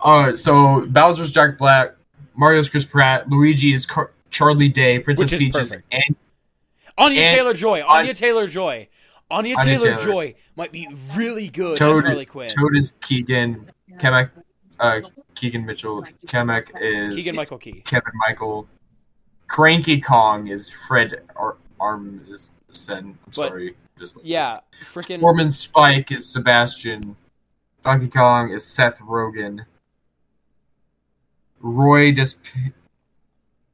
Speaker 5: Alright, so Bowser's Jack Black, Mario's Chris Pratt, Luigi is Car- Charlie Day, Princess
Speaker 4: Which is
Speaker 5: Peach is
Speaker 4: perfect.
Speaker 5: and
Speaker 4: Anya
Speaker 5: and-
Speaker 4: Taylor Joy. Anya Taylor Joy. Anya
Speaker 5: Anya
Speaker 4: Taylor
Speaker 5: Taylor.
Speaker 4: Joy might be really good as
Speaker 5: Toad,
Speaker 4: Harley Quinn.
Speaker 5: Toad is Keegan, Kamek, uh, Keegan Mitchell, Kamek is
Speaker 4: Keegan Michael Key.
Speaker 5: Kevin Michael, Cranky Kong is Fred Ar- Arm is Sen. I'm sorry, just
Speaker 4: Yeah, freaking.
Speaker 5: Foreman Spike is Sebastian. Donkey Kong is Seth Rogen. Roy just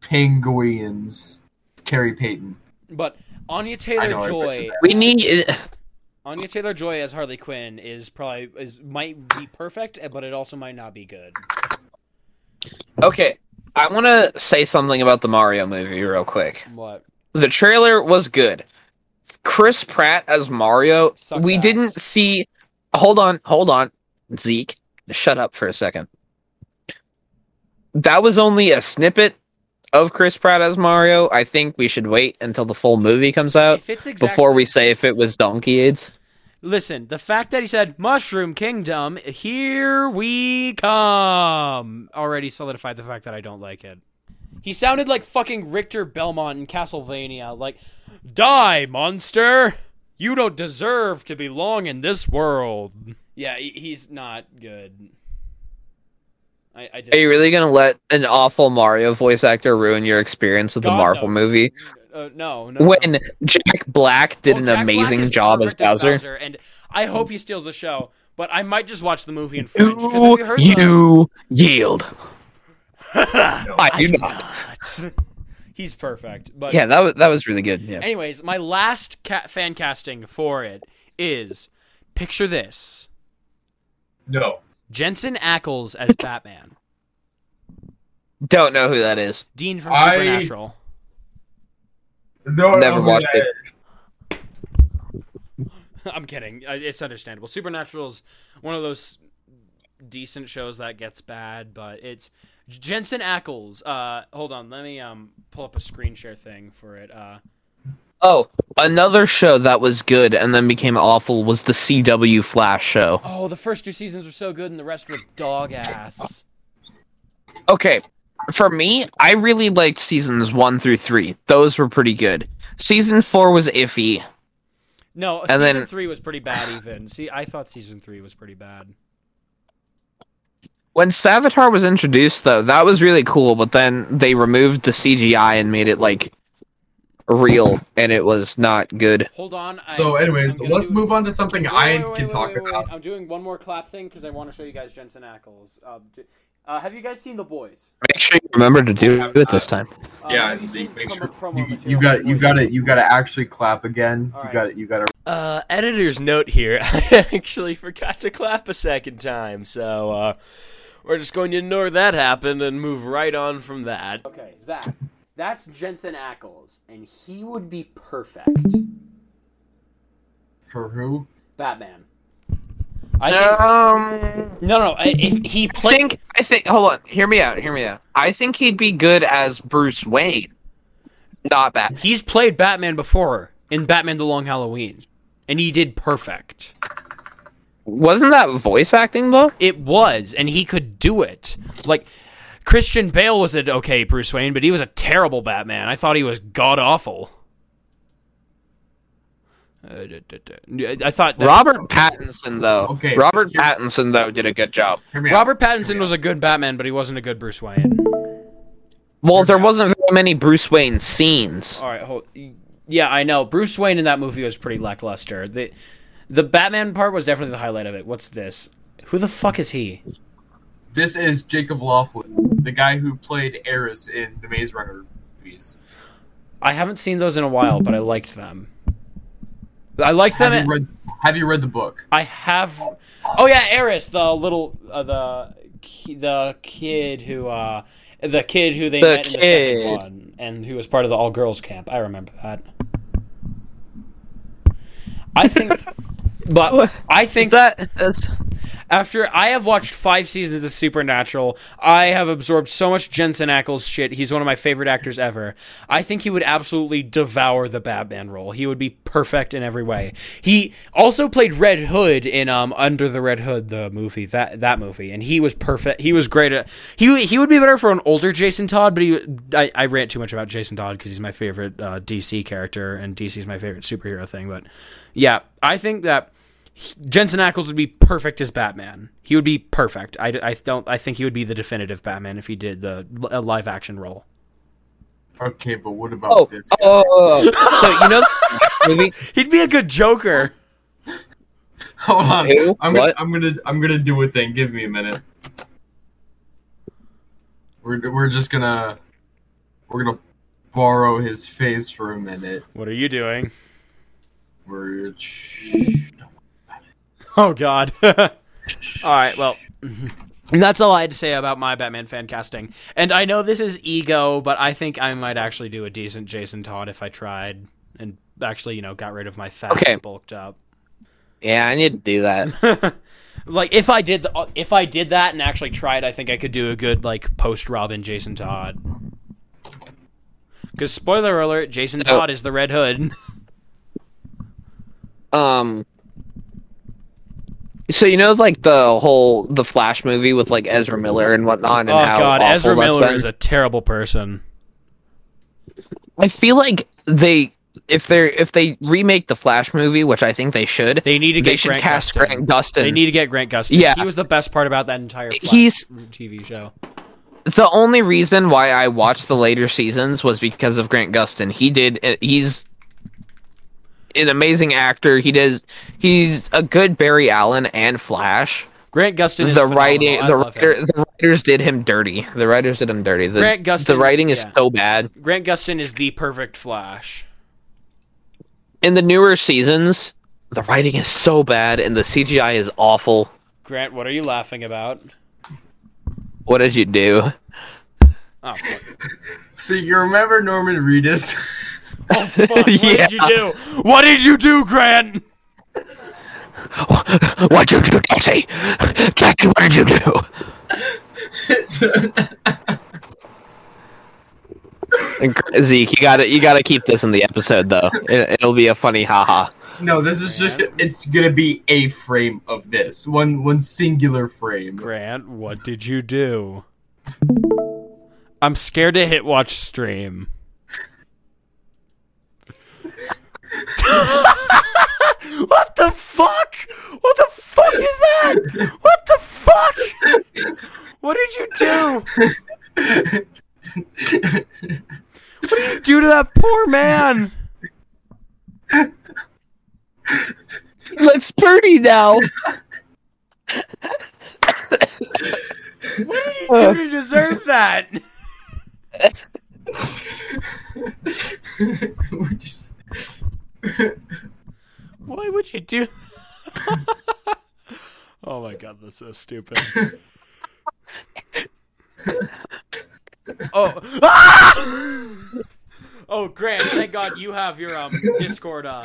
Speaker 5: Penguins. Carrie Payton.
Speaker 4: But Anya
Speaker 5: I
Speaker 4: Taylor
Speaker 5: know, I
Speaker 4: Joy,
Speaker 5: pictured
Speaker 2: We need.
Speaker 4: Anya Taylor Joy as Harley Quinn is probably is might be perfect, but it also might not be good.
Speaker 2: Okay, I want to say something about the Mario movie real quick.
Speaker 4: But
Speaker 2: The trailer was good. Chris Pratt as Mario.
Speaker 4: Sucks
Speaker 2: we
Speaker 4: ass.
Speaker 2: didn't see. Hold on, hold on, Zeke. Shut up for a second. That was only a snippet of Chris Pratt as Mario. I think we should wait until the full movie comes out
Speaker 4: if it's exactly
Speaker 2: before we say if it was Donkey AIDS.
Speaker 4: listen, the fact that he said Mushroom Kingdom, here we come, already solidified the fact that I don't like it. He sounded like fucking Richter Belmont in Castlevania, like, die, monster! You don't deserve to belong in this world. Yeah, he- he's not good. I, I did.
Speaker 2: Are you really gonna let an awful Mario voice actor ruin your experience with the
Speaker 4: God,
Speaker 2: Marvel
Speaker 4: no.
Speaker 2: movie
Speaker 4: Uh, no, no. no.
Speaker 2: when Jack Black did
Speaker 4: Oh,
Speaker 2: an
Speaker 4: Jack Black
Speaker 2: amazing
Speaker 4: is
Speaker 2: job as
Speaker 4: perfect
Speaker 2: Bowser?
Speaker 4: and I hope he steals the show. But I might just watch the movie in French. 'cause have you
Speaker 2: Do
Speaker 4: heard the-
Speaker 2: you yield? I do not.
Speaker 4: He's perfect. But
Speaker 2: Yeah, that was that was really good. Yeah.
Speaker 4: anyways, my last ca- fan casting for it is picture this:
Speaker 5: No.
Speaker 4: Jensen Ackles as Batman,
Speaker 2: Don't know who that is.
Speaker 4: Dean from
Speaker 5: I-
Speaker 4: Supernatural.
Speaker 5: No,
Speaker 2: Never
Speaker 5: no,
Speaker 2: watched
Speaker 5: yeah.
Speaker 2: it.
Speaker 4: I'm kidding. I- It's understandable. Supernatural's one of those decent shows that gets bad, but it's Jensen Ackles. Uh, hold on, let me um pull up a screen share thing for it. Uh,
Speaker 2: Oh, another show that was good and then became awful was the CW Flash show.
Speaker 4: oh, the first two seasons were so good, and the rest were dog ass.
Speaker 2: Okay, for me, I really liked seasons one through three. Those were pretty good. Season four was iffy.
Speaker 4: No,
Speaker 2: And
Speaker 4: season
Speaker 2: then-
Speaker 4: three was pretty bad. Even see, I thought season three was pretty bad.
Speaker 2: When Savitar was introduced, though, that was really cool. But then they removed the CGI and made it like real, and it was not good.
Speaker 4: Hold on. I,
Speaker 5: So, anyways,
Speaker 4: I'm gonna
Speaker 5: let's
Speaker 4: do-
Speaker 5: move on to something
Speaker 4: Wait,
Speaker 5: I
Speaker 4: wait, wait,
Speaker 5: can
Speaker 4: wait,
Speaker 5: talk
Speaker 4: wait, wait.
Speaker 5: about.
Speaker 4: I'm doing one more clap thing because I want to show you guys Jensen Ackles. Uh, d- uh, have you guys seen The Boys?
Speaker 2: Make sure you remember to do it this time.
Speaker 4: Uh,
Speaker 5: yeah,
Speaker 4: have you
Speaker 5: Zeke,
Speaker 4: seen
Speaker 5: make
Speaker 4: promo-
Speaker 5: sure
Speaker 4: promo
Speaker 5: you,
Speaker 4: material
Speaker 5: you
Speaker 4: for
Speaker 5: got
Speaker 4: The
Speaker 5: you
Speaker 4: Boys?
Speaker 5: got to you got to actually clap again.
Speaker 4: All right.
Speaker 5: You got you got to
Speaker 4: Uh, editor's note here. I actually forgot to clap a second time, so uh, we're just going to ignore that happened and move right on from that. Okay, that. That's Jensen Ackles, and he would be perfect.
Speaker 5: for who?
Speaker 4: Batman. I think,
Speaker 2: Um,
Speaker 4: no, no, I, if he
Speaker 2: I
Speaker 4: played.
Speaker 2: think I think. Hold on. Hear me out. Hear me out. I think he'd be good as Bruce Wayne, not Batman.
Speaker 4: He's played Batman before in Batman: The Long Halloween, and he did perfect.
Speaker 2: Wasn't that voice acting though?
Speaker 4: It was, and he could do it. Like Christian Bale was an okay Bruce Wayne, but he was a terrible Batman. I thought he was god awful. Uh, d- d- d- I thought that-
Speaker 2: Robert Pattinson though.
Speaker 5: Okay,
Speaker 2: Robert
Speaker 5: here-
Speaker 2: Pattinson though did a good job.
Speaker 5: Hear me out.
Speaker 4: Robert Pattinson was a good Batman, but he wasn't a good Bruce Wayne.
Speaker 2: Well, there wasn't very many Bruce Wayne scenes.
Speaker 4: All right, hold. Yeah, I know. Bruce Wayne in that movie was pretty lackluster. The the Batman part was definitely the highlight of it. What's this? Who the fuck is he?
Speaker 5: This is Jacob Laughlin, the guy who played Eris in the Maze Runner movies.
Speaker 4: I haven't seen those in a while, but I liked them. I liked them.
Speaker 5: Have
Speaker 4: in-
Speaker 5: you read, have you read the book?
Speaker 4: I have. Oh yeah, Eris, the little uh, the ki- the kid who uh the kid who they
Speaker 2: The
Speaker 4: met in the
Speaker 2: kid.
Speaker 4: second one and who was part of the all girls camp. I remember that. I think, but I think
Speaker 2: that that's
Speaker 4: after I have watched five seasons of Supernatural, I have absorbed so much Jensen Ackles shit. He's one of my favorite actors ever. I think he would absolutely devour the Batman role. He would be perfect in every way. He also played Red Hood in um Under the Red Hood, the movie that that movie, and he was perfect. He was great at he he would be better for an older Jason Todd, but he I, I rant too much about Jason Todd because he's my favorite uh, DC character and DC's my favorite superhero thing. But yeah, I think that. Jensen Ackles would be perfect as Batman. He would be perfect. I, I don't. I think he would be the definitive Batman if he did the live action role.
Speaker 5: Okay, but what about
Speaker 2: oh,
Speaker 5: this?
Speaker 2: oh, oh, oh, oh. so you know that movie
Speaker 4: He'd be a good Joker.
Speaker 5: Hold on.
Speaker 2: Who?
Speaker 5: I'm gonna,
Speaker 2: What?
Speaker 5: I'm gonna I'm gonna do a thing. Give me a minute. We're we're just gonna we're gonna borrow his face for a minute.
Speaker 4: What are you doing?
Speaker 5: We're
Speaker 4: Oh God. all right. Well, and that's all I had to say about my Batman fan casting. And I know this is ego, but I think I might actually do a decent Jason Todd if I tried and actually, you know, got rid of my fat,
Speaker 2: Okay.
Speaker 4: bulked up.
Speaker 2: yeah i need to do that
Speaker 4: Like if I did the, if I did that and actually tried, I think I could do a good like post Robin Jason Todd. Because spoiler alert, Jason
Speaker 2: Oh.
Speaker 4: Todd is the Red Hood.
Speaker 2: um so you know like the whole the flash movie with like ezra miller and whatnot and
Speaker 4: oh
Speaker 2: how
Speaker 4: God,
Speaker 2: awful
Speaker 4: Ezra
Speaker 2: that's
Speaker 4: Miller
Speaker 2: been?
Speaker 4: is a terrible person.
Speaker 2: I feel like they if they're if they remake the Flash movie, which I think they should,
Speaker 4: They need to get
Speaker 2: should
Speaker 4: Grant
Speaker 2: cast
Speaker 4: Gustin.
Speaker 2: Grant Gustin.
Speaker 4: They need to get Grant Gustin.
Speaker 2: Yeah.
Speaker 4: he was the best part about that entire Flash
Speaker 2: He's-
Speaker 4: TV show.
Speaker 2: the only reason why I watched the later seasons was because of Grant Gustin. He did eh, he's an amazing actor. He does he's a good Barry Allen and Flash.
Speaker 4: Grant Gustin is
Speaker 2: the
Speaker 4: phenomenal.
Speaker 2: writing
Speaker 4: Oh, I
Speaker 2: the
Speaker 4: love him.
Speaker 2: writer, the writers did him dirty. The writers did him dirty. The,
Speaker 4: Grant Gustin-
Speaker 2: the writing is
Speaker 4: yeah.
Speaker 2: so bad.
Speaker 4: Grant Gustin is the perfect Flash.
Speaker 2: In the newer seasons, the writing is so bad and the CGI is awful.
Speaker 4: Grant, what are you laughing about?
Speaker 2: What did you do?
Speaker 4: Oh, fuck.
Speaker 5: so you remember Norman Reedus?
Speaker 4: Fuck, what
Speaker 2: Yeah.
Speaker 4: did you do? What did you do, Grant?
Speaker 2: What did you do, Jesse? Jesse, what did you do? Zeke, you gotta you gotta keep this in the episode though. It, it'll be a funny haha.
Speaker 5: no, this is just it's gonna be a frame of this one one singular frame.
Speaker 4: Grant, what did you do? I'm scared to hit watch stream. what the fuck? What the fuck is that? What the fuck? What did you do? What did you do to that poor man?
Speaker 2: Let's party now.
Speaker 4: What did you do to deserve that?
Speaker 5: Which is-
Speaker 4: Why would you do? oh my god, that's so stupid. oh. oh, Grant! Thank God you have your um Discord. Uh,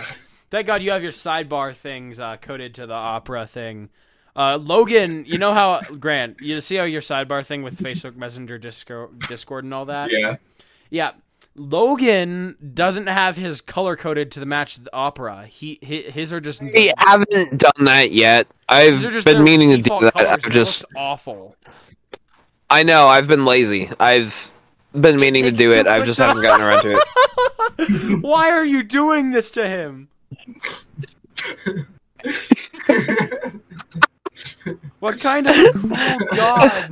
Speaker 4: thank God you have your sidebar things uh, coded to the Opera thing. Uh, Logan, you know how Grant? You see how your sidebar thing with Facebook Messenger, Discord, Discord, and all that.
Speaker 5: yeah.
Speaker 4: Yeah. Logan doesn't have his color coded to the match the opera. He hi- his are just
Speaker 2: We haven't done that yet. I've
Speaker 4: they're just
Speaker 2: been
Speaker 4: their
Speaker 2: meaning to do
Speaker 4: default
Speaker 2: that.
Speaker 4: colors.
Speaker 2: I've
Speaker 4: It
Speaker 2: just
Speaker 4: looks awful.
Speaker 2: I know I've been lazy. I've been meaning to do it. I've just haven't gotten around to it.
Speaker 4: Why are you doing this to him? what kind of cruel god?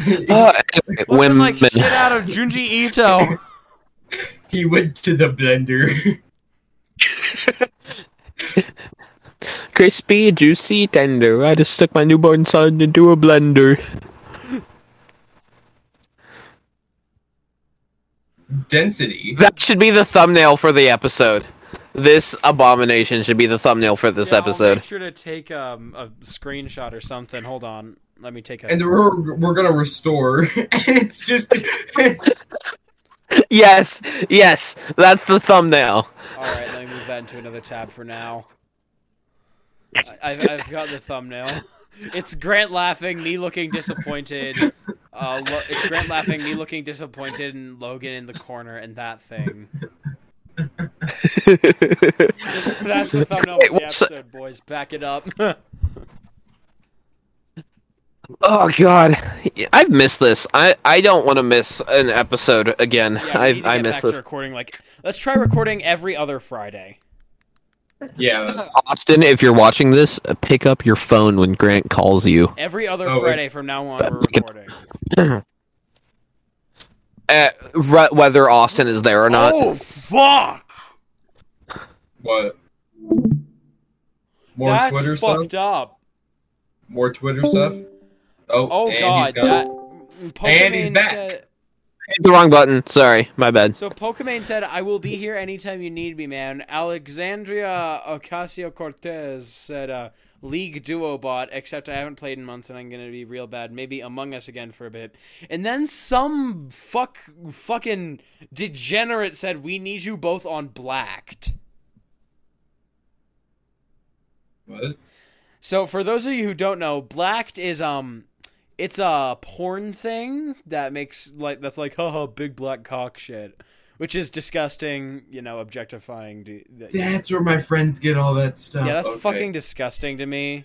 Speaker 2: Uh, anyway,
Speaker 4: Looking
Speaker 2: women.
Speaker 4: like shit out of Junji Ito.
Speaker 5: He went to the blender.
Speaker 2: Crispy, juicy, tender. I just stuck my newborn son into a blender.
Speaker 5: density.
Speaker 2: That should be the thumbnail for the episode. This abomination should be the thumbnail for this
Speaker 4: Yeah, I'll
Speaker 2: episode.
Speaker 4: make sure to take um, a screenshot or something. Hold on, let me take a.
Speaker 5: And we're we're gonna restore. it's just it's
Speaker 2: Yes, yes, that's the thumbnail.
Speaker 4: All right, let me move that into another tab for now. I, I've, I've got the thumbnail. It's Grant laughing, me looking disappointed. Uh, lo- it's Grant laughing, me looking disappointed, and Logan in the corner, and that thing. That's the thumbnail
Speaker 2: Great,
Speaker 4: for the
Speaker 2: what's-
Speaker 4: episode, boys. Back it up.
Speaker 2: oh God, I've missed this. I I don't want to miss an episode again.
Speaker 4: Yeah, we need
Speaker 2: I
Speaker 4: to
Speaker 2: I
Speaker 4: get
Speaker 2: miss
Speaker 4: back to
Speaker 2: this.
Speaker 4: recording like let's try recording every other Friday.
Speaker 5: yeah. That's,
Speaker 2: Austin, if you're watching this, uh, pick up your phone when Grant calls you.
Speaker 4: Every other
Speaker 5: Oh, it-
Speaker 4: Friday from now on, we're
Speaker 2: we can-
Speaker 4: recording.
Speaker 2: Uh, re- whether Austin is there or not.
Speaker 4: Oh fuck!
Speaker 5: what? More
Speaker 4: That's
Speaker 5: Twitter stuff.
Speaker 4: fucked up.
Speaker 5: More Twitter stuff. Oh,
Speaker 4: Oh
Speaker 5: and
Speaker 4: god,
Speaker 5: he's gone.
Speaker 4: that Pokemon
Speaker 5: And he's back.
Speaker 4: Said,
Speaker 2: The wrong button. Sorry, my bad.
Speaker 4: so Pokemon said, "I will be here anytime you need me, man." Alexandria Ocasio Cortez said, uh, "League Duo Bot, except I haven't played in months, and I'm gonna be real bad. Maybe Among Us again for a bit." And then some fuck fucking degenerate said, "We need you both on Blacked."
Speaker 5: What?
Speaker 4: So for those of you who don't know, blacked is um it's a porn thing that makes like that's like haha big black cock shit, which is disgusting, you know, objectifying. d- that- yeah,
Speaker 5: That's where my friends get all that stuff.
Speaker 4: that's
Speaker 5: Okay.
Speaker 4: fucking disgusting to me.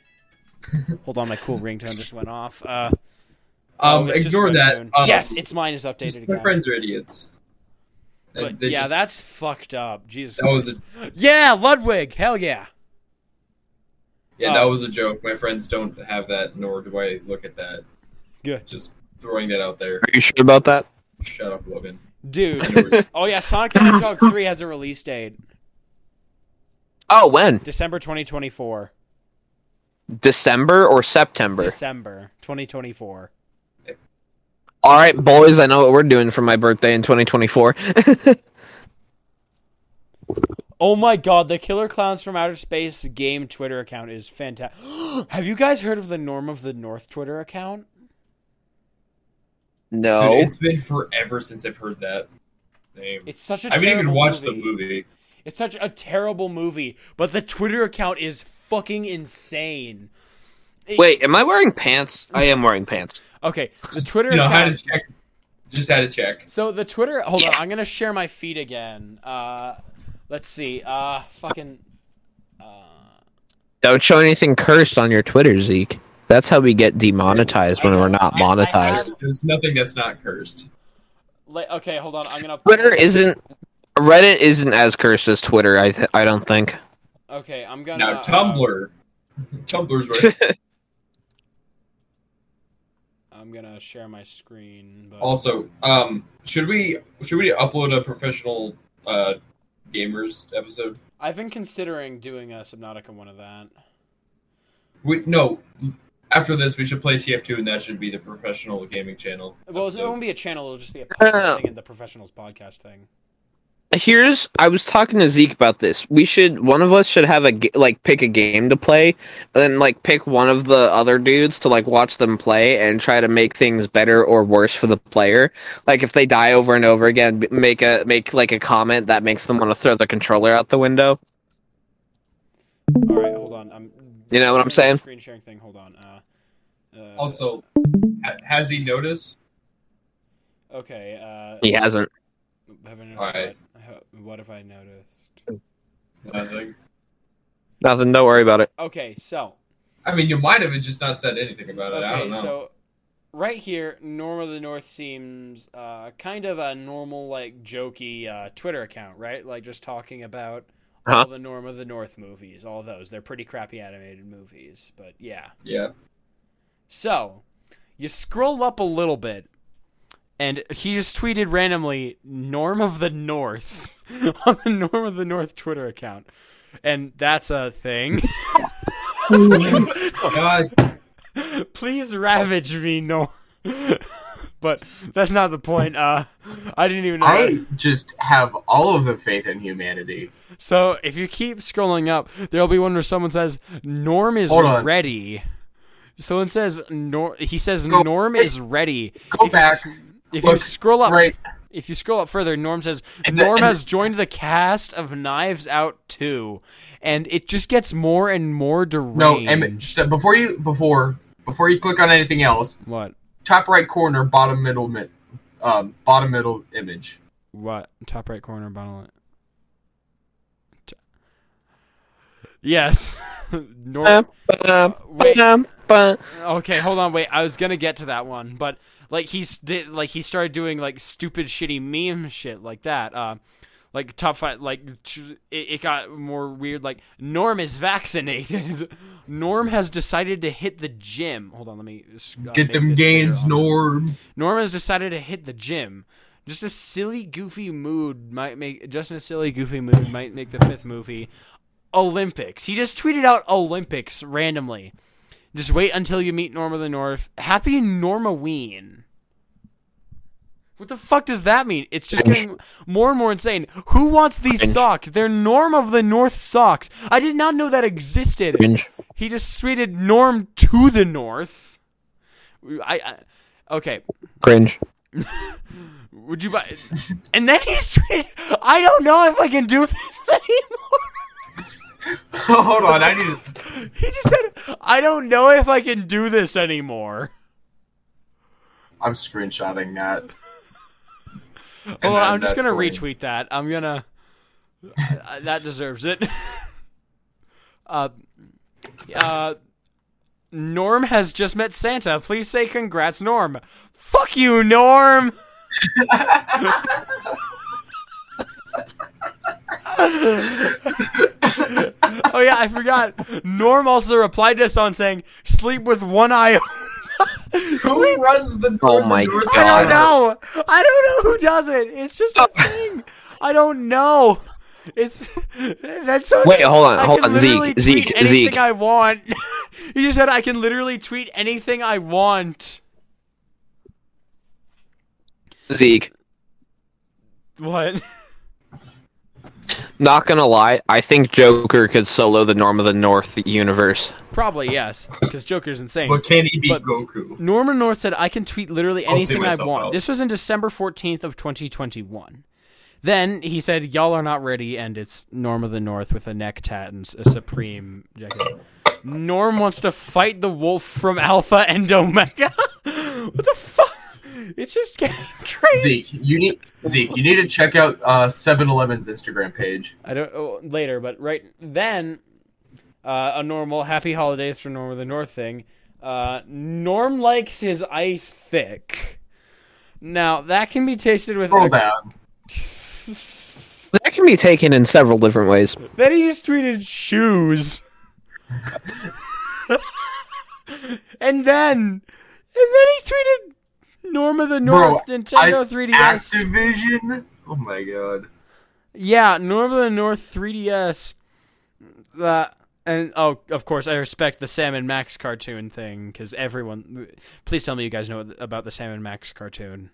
Speaker 4: Hold on, my cool ringtone just went off. Uh,
Speaker 5: Um,
Speaker 4: oh, it's just
Speaker 5: ignore that.
Speaker 4: ringtone.
Speaker 5: Um,
Speaker 4: yes, it's mine is
Speaker 5: just
Speaker 4: updated
Speaker 5: my
Speaker 4: again.
Speaker 5: friends are idiots. They-
Speaker 4: But
Speaker 5: they
Speaker 4: yeah,
Speaker 5: just-
Speaker 4: that's fucked up. Jesus.
Speaker 5: that was a
Speaker 4: Yeah, Ludwig. Hell yeah.
Speaker 5: yeah, that
Speaker 4: Oh.
Speaker 5: was a joke. My friends don't have that, nor do I look at that.
Speaker 4: Good.
Speaker 5: Just throwing that out there.
Speaker 2: Are you sure about that?
Speaker 5: Shut up, Logan. I
Speaker 4: Dude.
Speaker 5: know what
Speaker 4: Oh yeah, Sonic the Hedgehog 3 has a release date.
Speaker 2: Oh, when?
Speaker 4: December 2024.
Speaker 2: December or September?
Speaker 4: December 2024.
Speaker 2: All right, boys, I know what we're doing for my birthday in 2024.
Speaker 4: Oh my god, the Killer Clowns from Outer Space game Twitter account is fantastic. Have you guys heard of the Norm of the North Twitter account?
Speaker 5: Dude,
Speaker 2: no.
Speaker 5: it's been forever since I've heard that name.
Speaker 4: It's such a
Speaker 5: I haven't even
Speaker 4: terrible
Speaker 5: watched
Speaker 4: movie.
Speaker 5: the movie.
Speaker 4: It's such a terrible movie, but the Twitter account is fucking insane. It-
Speaker 2: Wait, am I wearing pants? I am wearing pants.
Speaker 4: Okay, the Twitter
Speaker 5: You know, had to
Speaker 4: account.
Speaker 5: check. Just had to check.
Speaker 4: So the Twitter. Hold on, I'm gonna share my feed again. Uh, let's see. Uh, fucking.
Speaker 2: Don't show anything cursed on your Twitter, Zeke. That's how we get demonetized when we're not
Speaker 4: I- I have-
Speaker 2: monetized.
Speaker 5: There's nothing that's not cursed.
Speaker 4: Like, okay, hold on. I'm gonna.
Speaker 2: Twitter isn't Reddit isn't as cursed as Twitter. I th- I don't think.
Speaker 4: Okay, I'm gonna.
Speaker 5: Now
Speaker 4: uh,
Speaker 5: Tumblr, Tumblr's right.
Speaker 4: I'm gonna share my screen. But...
Speaker 5: also, um, should we should we upload a professional uh gamers episode?
Speaker 4: I've been considering doing a Subnautica one of that.
Speaker 5: We, no. After this, we should play TF2, and that should be the professional gaming channel.
Speaker 4: Well, it
Speaker 5: episode.
Speaker 4: won't be a channel; it'll just be a
Speaker 2: no.
Speaker 4: podcast thing and the professionals podcast thing.
Speaker 2: Here's I was talking to Zeke about this. We should one of us should have a g- like pick a game to play, and then like pick one of the other dudes to like watch them play and try to make things better or worse for the player. Like if they die over and over again, b- make a make like a comment that makes them want to throw the controller out the window.
Speaker 4: All right, hold on. I'm.
Speaker 2: You know what I'm saying?
Speaker 4: Screen sharing thing. Hold on. Uh, uh,
Speaker 5: Also, ha- has he noticed?
Speaker 4: okay. Uh,
Speaker 2: He hasn't.
Speaker 4: have I noticed
Speaker 5: All right.
Speaker 4: what? Ho- What have I noticed?
Speaker 5: Nothing.
Speaker 2: Nothing. Don't worry about it.
Speaker 4: Okay, so
Speaker 5: I mean, you might have just not said anything about it. I don't
Speaker 4: okay,
Speaker 5: know.
Speaker 4: so right here, Norm of the North seems uh, kind of a normal, like jokey uh, Twitter account, right? Like just talking about
Speaker 2: Uh-huh.
Speaker 4: all the Norm of the North movies, all those. They're pretty crappy animated movies, but yeah.
Speaker 5: yeah.
Speaker 4: So, you scroll up a little bit, and he just tweeted randomly Norm of the North on the Norm of the North Twitter account. And that's a thing.
Speaker 5: God,
Speaker 4: Please ravage me, Norm. but that's not the point. Uh, I didn't even know. that.
Speaker 5: I just have all of the faith in humanity.
Speaker 4: So if you keep scrolling up, there'll be one where someone says Norm is
Speaker 5: Hold on.
Speaker 4: ready. Someone says Norm. He says
Speaker 5: Go-
Speaker 4: Norm is ready. If
Speaker 5: Go
Speaker 4: you-
Speaker 5: back.
Speaker 4: If you
Speaker 5: look,
Speaker 4: scroll up,
Speaker 5: right.
Speaker 4: if you scroll up further, Norm says
Speaker 5: And the-
Speaker 4: Norm
Speaker 5: and the-
Speaker 4: has joined the cast of Knives Out 2, and it just gets more and more deranged.
Speaker 5: No, and just, uh, before you before before you click on anything else,
Speaker 4: what?
Speaker 5: top right corner, bottom middle, mi- um, bottom middle image.
Speaker 4: What? Top right corner, bottom. T- Yes, Norm. wait. Okay, hold on, wait. I was gonna get to that one, but like he's did like he started doing like stupid, shitty meme shit like that. Uh, like top five, like tr- it, it got more weird. Like Norm is vaccinated. Norm has decided to hit the gym. Hold on, let me s- uh,
Speaker 5: Get
Speaker 4: make
Speaker 5: them
Speaker 4: this bigger.
Speaker 5: gains,
Speaker 4: Hold on.
Speaker 5: Norm.
Speaker 4: Norm has decided to hit the gym. Just a silly, goofy mood might make. Just a silly, goofy mood might make the fifth movie. Olympics. He just tweeted out Olympics randomly. Just wait until you meet Norma the North. Happy Norma Ween. What the fuck does that mean? It's just getting more and more insane. Who wants these socks? They're Norm of the North socks. I did not know that existed. He just tweeted Norm to the North. I, I okay.
Speaker 2: Cringe.
Speaker 4: Would you buy? and then he tweeted, "I don't know if I can do this anymore."
Speaker 5: Hold on, I need. to-
Speaker 4: he just said, "I don't know if I can do this anymore."
Speaker 5: I'm screenshotting that. And
Speaker 4: Well,
Speaker 5: then
Speaker 4: Oh, I'm just
Speaker 5: that's
Speaker 4: gonna
Speaker 5: going-
Speaker 4: retweet that. I'm gonna. uh, that deserves it. uh, uh, Norm has just met Santa. Please say congrats, Norm. Fuck you, Norm. oh yeah, I forgot. Norm also replied to us on saying, "Sleep with one eye."
Speaker 5: Who runs the?
Speaker 2: Oh my
Speaker 5: North-
Speaker 2: God.
Speaker 4: I don't know. I don't know who does it. It's just
Speaker 2: Oh.
Speaker 4: a thing. I don't know. It's that's so.
Speaker 2: Wait, hold on,
Speaker 4: I
Speaker 2: hold
Speaker 4: can
Speaker 2: on, Zeke,
Speaker 4: literally tweet
Speaker 2: Zeke,
Speaker 4: anything
Speaker 2: Zeke.
Speaker 4: I want. he just said I can literally tweet anything I want.
Speaker 2: Zeke.
Speaker 4: What?
Speaker 2: Not gonna lie, I think Joker could solo the Norm of the North universe.
Speaker 4: Probably yes, because Joker's insane.
Speaker 5: But can he beat
Speaker 4: But-
Speaker 5: Goku?
Speaker 4: Norman North said, I can tweet literally
Speaker 5: I'll see
Speaker 4: anything I
Speaker 5: myself
Speaker 4: want.
Speaker 5: out.
Speaker 4: This was in December 14th of 2021. Then he said, y'all are not ready, and it's Norm of the North with a neck tat and s- a supreme jacket. Norm wants to fight the wolf from Alpha and Omega. what the fuck? It's just getting crazy.
Speaker 5: Zeke, you need Zeke. You need to check out uh, 7-Eleven's Instagram page.
Speaker 4: I don't oh, later, but right then, uh, a normal happy holidays for Norm of the North thing. Uh, Norm likes his ice thick. Now that can be tasted with.
Speaker 5: Scroll down.
Speaker 2: That can be taken in several different ways.
Speaker 4: Then he just tweeted shoes. and then, and then he tweeted Norm of the
Speaker 5: Bro,
Speaker 4: North
Speaker 5: I,
Speaker 4: Nintendo 3DS.
Speaker 5: Activision. Oh my god.
Speaker 4: Yeah, Norm of the North 3DS. Uh, and oh, of course, I respect the Sam and Max cartoon thing because everyone. Please tell me you guys know about the Sam and Max cartoon.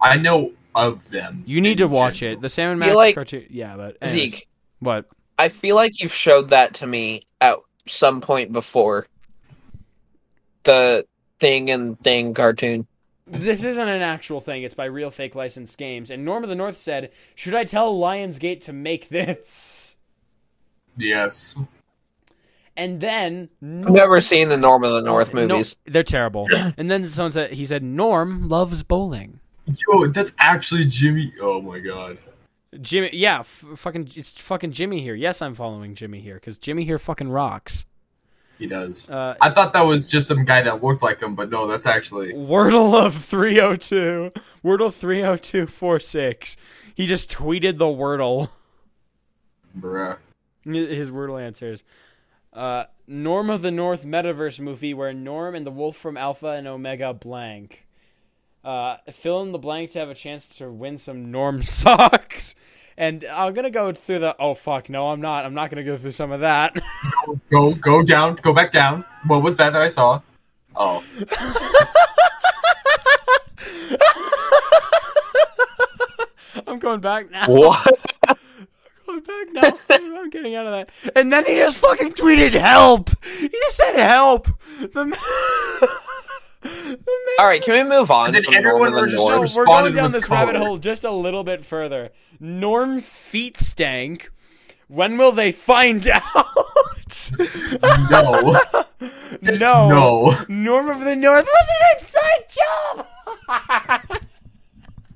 Speaker 5: I know of them.
Speaker 4: You need to
Speaker 5: in
Speaker 4: watch
Speaker 5: general.
Speaker 4: it. The Sam and
Speaker 2: You
Speaker 4: Max
Speaker 2: like-
Speaker 4: cartoon. Yeah, but anyway.
Speaker 2: Zeke,
Speaker 4: What?
Speaker 2: I feel like you've showed that to me at some point before. The thing and thing cartoon.
Speaker 4: This isn't an actual thing. It's by real fake licensed games. And Norm of the North said, "Should I tell Lionsgate to make this?"
Speaker 5: Yes.
Speaker 4: And then Norm
Speaker 2: I've never seen the Norm of the North
Speaker 4: No-
Speaker 2: movies.
Speaker 4: they're terrible. and then someone said he said Norm loves bowling.
Speaker 5: Yo, that's actually Jimmy. Oh my god.
Speaker 4: Jimmy, yeah, f- fucking, it's fucking Jimmy here. Yes, I'm following Jimmy here because Jimmy here fucking rocks.
Speaker 5: He does.
Speaker 4: Uh,
Speaker 5: I thought that was just some guy that looked like him, but no, that's actually.
Speaker 4: Wordle of 302, Wordle 30246. He just tweeted the Wordle,
Speaker 5: Bruh.
Speaker 4: his Wordle answers. Uh, Norm of the North Metaverse movie where Norm and the Wolf from Alpha and Omega blank. Uh, fill in the blank to have a chance to win some Norm socks. And I'm gonna go through the. Oh fuck, no, I'm not. I'm not gonna go through some of that.
Speaker 5: Go, go down, go back down. What was that that I saw? Oh.
Speaker 4: going back now.
Speaker 2: What?
Speaker 4: I'm going back now. I'm getting out of that. And then he just fucking tweeted help. He just said help. The man. the man-
Speaker 2: All right, can we move on?
Speaker 5: And then
Speaker 2: from Norm
Speaker 5: everyone
Speaker 2: and the
Speaker 5: was just
Speaker 2: Norms?
Speaker 5: so
Speaker 4: No, we're
Speaker 5: responded
Speaker 4: going down
Speaker 5: with
Speaker 4: this rabbit
Speaker 5: color.
Speaker 4: hole just a little bit further. Norm feet stank. When will they find out?
Speaker 5: No. Just
Speaker 4: no.
Speaker 5: No.
Speaker 4: Norm of the North was an inside job.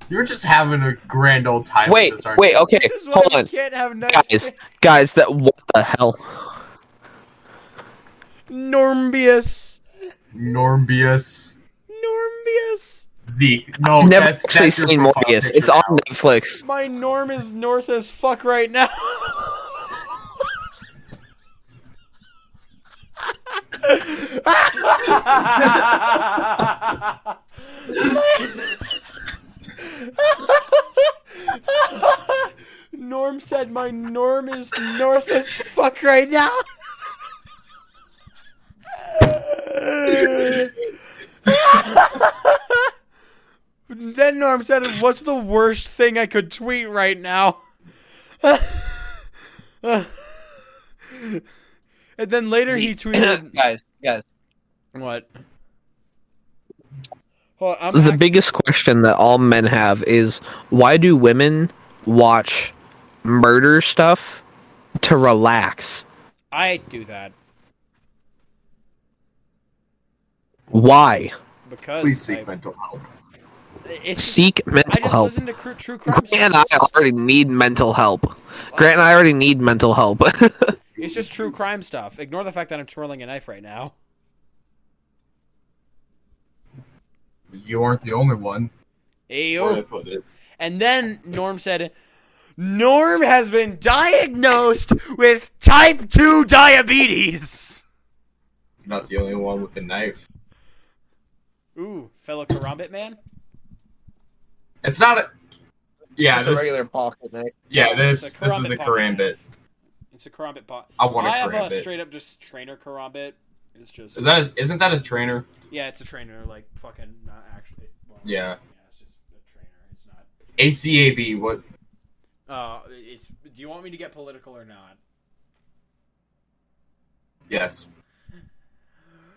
Speaker 5: You're just having a grand old time. with
Speaker 2: Wait,
Speaker 5: this, aren't
Speaker 2: wait,
Speaker 5: you?
Speaker 2: okay,
Speaker 4: this is why
Speaker 2: hold
Speaker 4: you
Speaker 2: on,
Speaker 4: can't have nice
Speaker 2: guys, guys. That what the hell?
Speaker 4: Normbius.
Speaker 5: Normbius.
Speaker 4: Normbius.
Speaker 5: Zeke. No,
Speaker 2: I've never
Speaker 5: Oh, that's,
Speaker 2: actually
Speaker 5: that's your
Speaker 2: seen
Speaker 5: profile
Speaker 2: Morbius.
Speaker 5: picture
Speaker 2: It's on
Speaker 5: now.
Speaker 2: Netflix.
Speaker 4: My norm is north as fuck right now. norm said my norm is north as fuck right now. Then Norm said, "What's the worst thing I could tweet right now?" and then later he tweeted,
Speaker 2: guys, guys.
Speaker 4: "What?" Hold on, I'm
Speaker 2: The
Speaker 4: act-
Speaker 2: biggest question that all men have is why do women watch murder stuff to relax?
Speaker 4: I do that
Speaker 2: Why
Speaker 4: because
Speaker 5: Please
Speaker 4: I-
Speaker 5: seek mental help.
Speaker 4: it's just-
Speaker 2: seek
Speaker 4: I
Speaker 2: mental
Speaker 4: just
Speaker 2: help?
Speaker 4: listen to cr- true crime.
Speaker 2: Grant and I
Speaker 4: stories.
Speaker 2: already need mental help. Grant and I already need mental help.
Speaker 4: It's just true crime stuff. Ignore the fact that I'm twirling a knife right now.
Speaker 5: You aren't the only one.
Speaker 4: Ayo.
Speaker 5: Where'd I put it?
Speaker 4: And then Norm said, Norm has been diagnosed with type 2 diabetes.
Speaker 5: You're not the only one with the knife.
Speaker 4: Ooh, fellow karambit man?
Speaker 5: It's not a. Yeah, this,
Speaker 2: pocket knife.
Speaker 5: yeah,
Speaker 4: No,
Speaker 5: this
Speaker 4: it's a
Speaker 5: this is
Speaker 4: karambit
Speaker 5: a
Speaker 4: pocket
Speaker 5: karambit.
Speaker 4: knife. It's a karambit pot.
Speaker 5: I want a
Speaker 4: I have a
Speaker 5: karambit.
Speaker 4: straight up just trainer karambit. It's just.
Speaker 5: Is that a, isn't that a trainer?
Speaker 4: yeah, it's a trainer, like fucking not actually. well,
Speaker 5: Yeah.
Speaker 4: Yeah, it's just a trainer. It's not.
Speaker 5: ACAB. What?
Speaker 4: Uh, it's. Do you want me to get political or not?
Speaker 5: Yes.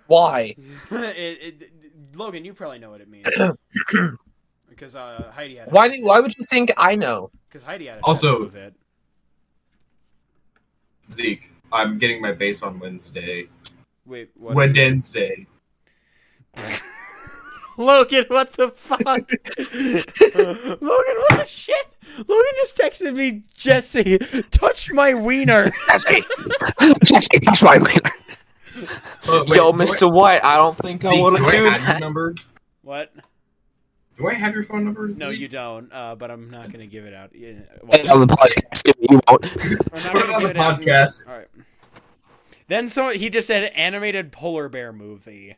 Speaker 2: Why?
Speaker 4: it, it, Logan, you probably know what it means. because uh, Heidi had. a-
Speaker 2: Why do? Why would you think I know?
Speaker 4: Because Heidi had a
Speaker 5: Also-
Speaker 4: tattoo of it.
Speaker 5: Zeke. I'm getting my base on Wednesday.
Speaker 4: Wait, what?
Speaker 5: Wednesday.
Speaker 4: Logan, what the fuck? Logan, what the shit? Logan just texted me, Jesse, touch my wiener.
Speaker 2: Jesse, Jesse, touch my wiener.
Speaker 5: Oh, wait,
Speaker 2: Yo,
Speaker 5: do I-
Speaker 2: Mister White, I don't think
Speaker 5: Zeke,
Speaker 2: I want
Speaker 5: do
Speaker 2: to do
Speaker 5: I have your
Speaker 2: that.
Speaker 5: number?
Speaker 4: What?
Speaker 5: Do I have your phone number?
Speaker 4: No,
Speaker 5: Zeke?
Speaker 4: you don't. Uh, but I'm not gonna give it out. Yeah, well,
Speaker 2: Hey, On the podcast, if you won't.
Speaker 4: I'm not
Speaker 5: um, Put it
Speaker 4: gonna give
Speaker 5: on the
Speaker 4: it out.
Speaker 5: podcast.
Speaker 4: All right. Then so he just said animated polar bear movie,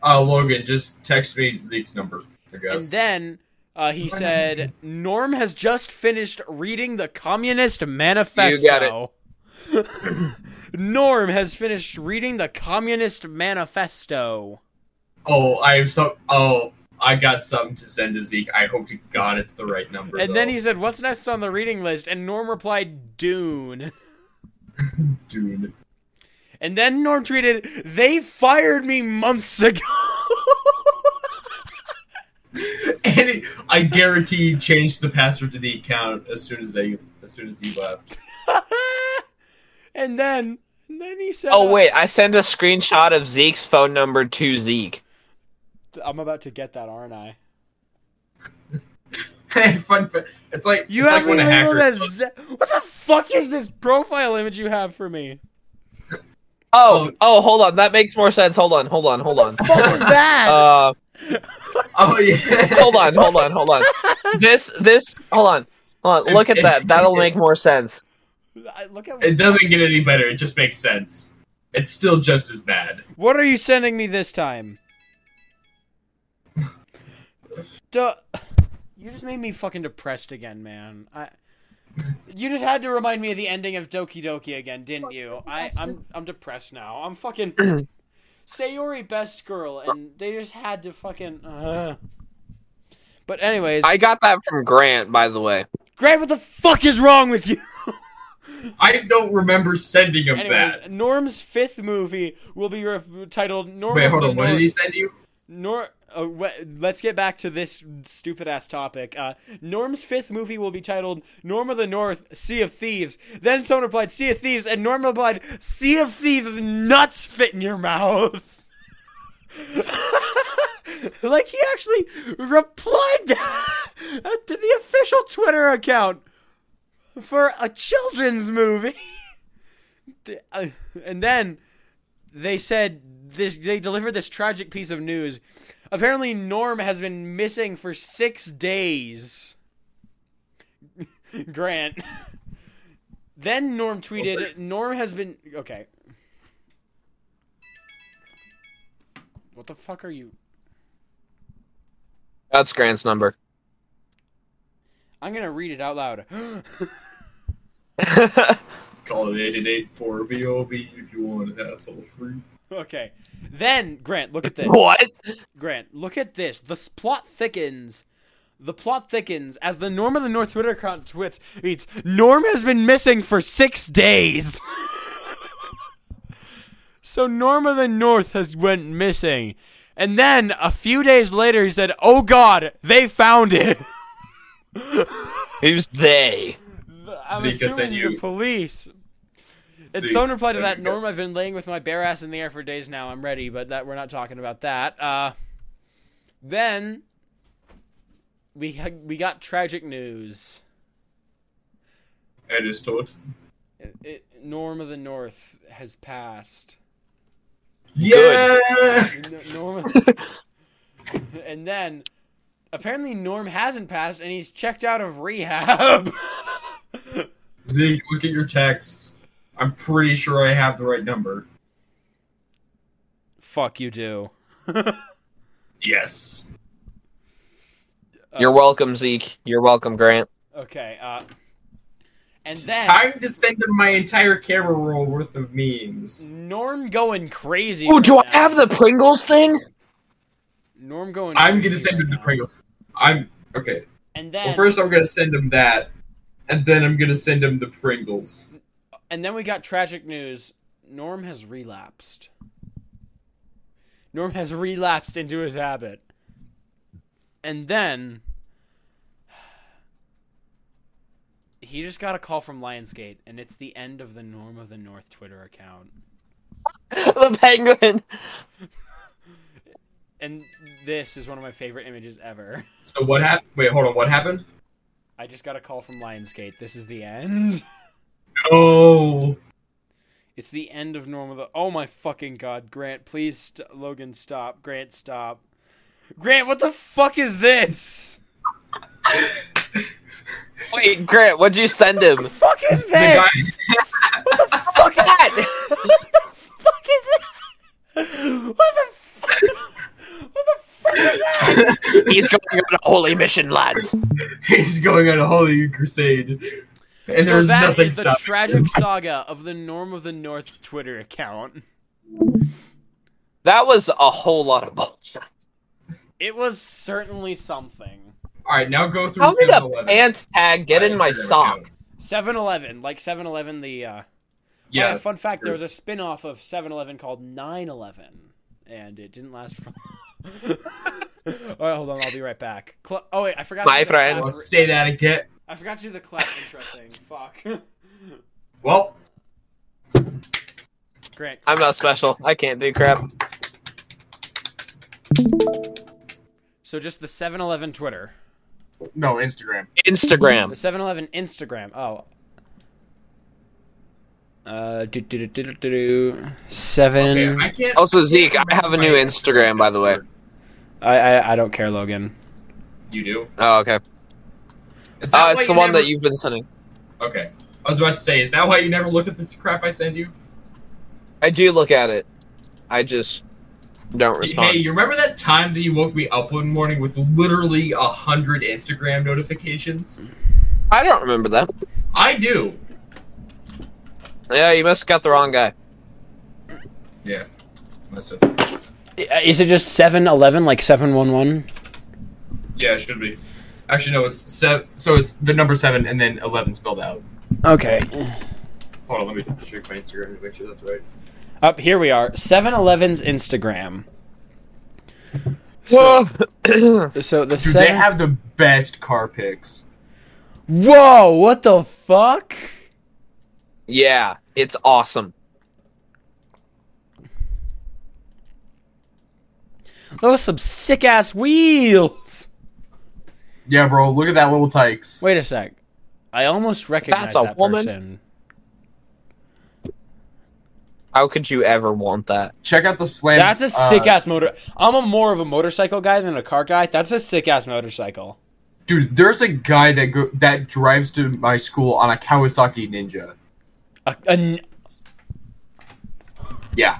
Speaker 5: Uh, Logan, just text me Zeke's number. I guess.
Speaker 4: and then uh, he said Norm has just finished reading the Communist Manifesto.
Speaker 2: You got it.
Speaker 4: Norm has finished reading the Communist Manifesto.
Speaker 5: oh, I have some. Oh, I got something to send to Zeke. I hope to God it's the right number.
Speaker 4: And then
Speaker 5: though.
Speaker 4: he said, "What's next on the reading list?" And Norm replied, "Dune."
Speaker 5: dude.
Speaker 4: And then Norm tweeted, "They fired me months ago."
Speaker 5: And he, I guarantee he changed the password to the account as soon as they, as soon as he left.
Speaker 4: and then, and then he said,
Speaker 2: Oh wait, I sent a screenshot of Zeke's phone number to Zeke.
Speaker 4: I'm about to get that, aren't I?"
Speaker 5: Fun fact: It's like
Speaker 4: You
Speaker 5: it's
Speaker 4: have
Speaker 5: like when
Speaker 4: me
Speaker 5: a
Speaker 4: labeled
Speaker 5: hacker.
Speaker 4: as Z- what the fuck is this profile image you have for me?
Speaker 2: Oh, oh, hold on. That makes more sense. Hold on, hold on, hold on.
Speaker 4: What is that?
Speaker 2: Uh,
Speaker 5: oh yeah.
Speaker 2: hold on, hold on, hold on. This, this, hold on, hold on. Look at that. That'll make more sense.
Speaker 4: I- Look at
Speaker 5: It doesn't get any better. It just makes sense. It's still just as bad.
Speaker 4: What are you sending me this time? Duh. You just made me fucking depressed again, man. I. You just had to remind me of the ending of Doki Doki again, didn't you? I, I'm I'm depressed now. I'm fucking Sayori best girl, and they just had to fucking. Uh. But anyways,
Speaker 2: I got that from Grant, by the way.
Speaker 4: Grant, what the fuck is wrong with you?
Speaker 5: I don't remember sending him
Speaker 4: Anyways,
Speaker 5: that.
Speaker 4: Norm's fifth movie will be re- titled Norm.
Speaker 5: Wait, hold on. What
Speaker 4: Norm,
Speaker 5: did he send you?
Speaker 4: Nor- uh, wh- let's get back to this stupid ass topic. Uh, Norm's fifth movie will be titled Norm of the North, Sea of Thieves. Then someone replied, Sea of Thieves, and Norm replied, Sea of Thieves nuts fit in your mouth. like he actually replied to the official Twitter account for a children's movie. The- uh, and then they said this they delivered this tragic piece of news. Apparently Norm has been missing for 6 days. Grant. then Norm tweeted Norm has been okay. What the fuck are you?
Speaker 2: That's Grant's number.
Speaker 4: I'm going to read it out loud.
Speaker 5: Call it 884 bob if you want an asshole free.
Speaker 4: okay. Then Grant, look at this.
Speaker 2: what?
Speaker 4: Grant, look at this. The s- plot thickens. The plot thickens as the Norm of the North Twitter account twits tweets. Norm has been missing for six days. so Norm of the North has went missing, and then a few days later he said, "Oh God, they found it."
Speaker 2: Who's they?
Speaker 4: I'm
Speaker 5: Zika said
Speaker 4: assuming the
Speaker 5: you.
Speaker 4: police. And
Speaker 5: Zika,
Speaker 4: someone replied to
Speaker 5: there
Speaker 4: that,
Speaker 5: you go.
Speaker 4: Norm, I've been laying with my bare ass in the air for days now. I'm ready, but that we're not talking about that. Uh, then we ha- we got tragic news.
Speaker 5: And his taught.
Speaker 4: It, it, Norm of the North has passed.
Speaker 5: Yeah!
Speaker 4: N- Norm, and then apparently Norm hasn't passed, and he's checked out of rehab.
Speaker 5: Zeke, look at your texts. I'm pretty sure I have the right number.
Speaker 4: Fuck you, do.
Speaker 5: Yes.
Speaker 2: You're welcome, Zeke. You're welcome, Grant.
Speaker 4: Okay. Uh, and then
Speaker 5: Time to send him my entire camera roll worth of memes.
Speaker 4: Norm going crazy.
Speaker 2: Oh,
Speaker 4: right
Speaker 2: do I
Speaker 4: now.
Speaker 2: have the Pringles thing?
Speaker 4: Norm going?
Speaker 5: I'm
Speaker 4: crazy
Speaker 5: gonna send
Speaker 4: right
Speaker 5: him the
Speaker 4: now.
Speaker 5: Pringles. I'm okay.
Speaker 4: And then,
Speaker 5: Well, first I'm gonna send him that, and then I'm gonna send him the Pringles.
Speaker 4: and then we got tragic news. Norm has relapsed. Norm has relapsed into his habit. And then he just got a call from Lionsgate, and it's the end of the Norm of the North Twitter account.
Speaker 2: the penguin.
Speaker 4: And this is one of my favorite images ever.
Speaker 5: So what happened? Wait, hold on. What happened?
Speaker 4: I just got a call from Lionsgate. This is the end.
Speaker 5: Oh,
Speaker 4: It's the end of normal. The oh my fucking god, Grant! Please, st- Logan, stop. Grant, stop. Grant, what the fuck is this?
Speaker 2: Wait, Grant, what'd you send him?
Speaker 4: Fuck is
Speaker 5: the guy.
Speaker 4: this? What the fuck is that? what the fuck is it? What the fuck? What the fuck is that?
Speaker 2: He's going on a holy mission, lads.
Speaker 5: He's going on a holy crusade, and
Speaker 4: so
Speaker 5: there's
Speaker 4: that
Speaker 5: nothing
Speaker 4: is the
Speaker 5: stopping.
Speaker 4: tragic saga of the Norm of the North Twitter account.
Speaker 2: That was a whole lot of bullshit.
Speaker 4: It was certainly something.
Speaker 5: All right, now go through.
Speaker 2: How did a
Speaker 5: 7-Eleven.
Speaker 2: pants tag get in my
Speaker 5: Instagram
Speaker 2: sock?
Speaker 5: account.
Speaker 4: 7-Eleven, like 7-Eleven, the uh, Oh,
Speaker 5: Yeah,
Speaker 4: fun fact: there
Speaker 5: true.
Speaker 4: was a spin-off of 7-Eleven called 9-Eleven, and it didn't last for. All right, hold on. I'll be right back. Cla- oh wait, I forgot. to
Speaker 2: My
Speaker 4: do the
Speaker 2: friend.
Speaker 5: I'll
Speaker 4: clap-
Speaker 5: say that again.
Speaker 4: I forgot to do the clap intro thing. Fuck.
Speaker 5: Well,
Speaker 4: Grant.
Speaker 2: I'm not special. I can't do crap.
Speaker 4: So just the 7-Eleven Twitter,
Speaker 5: no Instagram.
Speaker 4: the
Speaker 2: Instagram.
Speaker 4: 7-Eleven Instagram. Oh. Uh, do do do do do do. Seven.
Speaker 5: Okay, I can't.
Speaker 2: Also, Oh, Zeke, I have a new Instagram, by the way.
Speaker 4: I, I I don't care, Logan.
Speaker 5: You do.
Speaker 2: Oh, okay.
Speaker 5: Is that
Speaker 2: Uh,
Speaker 5: why
Speaker 2: it's the
Speaker 5: you
Speaker 2: one
Speaker 5: never-
Speaker 2: that you've been sending.
Speaker 5: Okay. I was about to say, is that why you never look at this crap I send you?
Speaker 2: I do look at it. I just don't
Speaker 5: Hey,
Speaker 2: respond.
Speaker 5: you remember that time that you woke me up one morning with literally a hundred Instagram notifications?
Speaker 2: I don't remember that.
Speaker 5: I do.
Speaker 2: Yeah, you must have got the wrong guy.
Speaker 5: Yeah. Must have.
Speaker 4: Is it just 7-Eleven, like 7-1-1?
Speaker 5: Yeah, it should be. Actually, no, it's seven. So it's the number seven and then eleven spelled out.
Speaker 4: Okay.
Speaker 5: Hold on, let me check my Instagram to make sure that's right.
Speaker 4: Up here we are. 7-Eleven's Instagram. So
Speaker 6: Whoa!
Speaker 4: the
Speaker 5: Dude,
Speaker 4: seven-
Speaker 5: they have the best car picks.
Speaker 4: Whoa! What the fuck?
Speaker 6: yeah, it's awesome.
Speaker 4: Those some sick ass wheels.
Speaker 5: Yeah, bro, look at that little tykes.
Speaker 4: Wait a sec. I almost recognize
Speaker 6: a
Speaker 4: that
Speaker 6: woman?
Speaker 4: person.
Speaker 6: How could you ever want that?
Speaker 5: Check out the slam.
Speaker 4: That's a
Speaker 5: uh,
Speaker 4: sick ass motor. I'm a more of a motorcycle guy than a car guy. That's a sick ass motorcycle.
Speaker 5: dude. There's a guy that go- that drives to my school on a Kawasaki Ninja.
Speaker 4: A, a n-
Speaker 5: Yeah,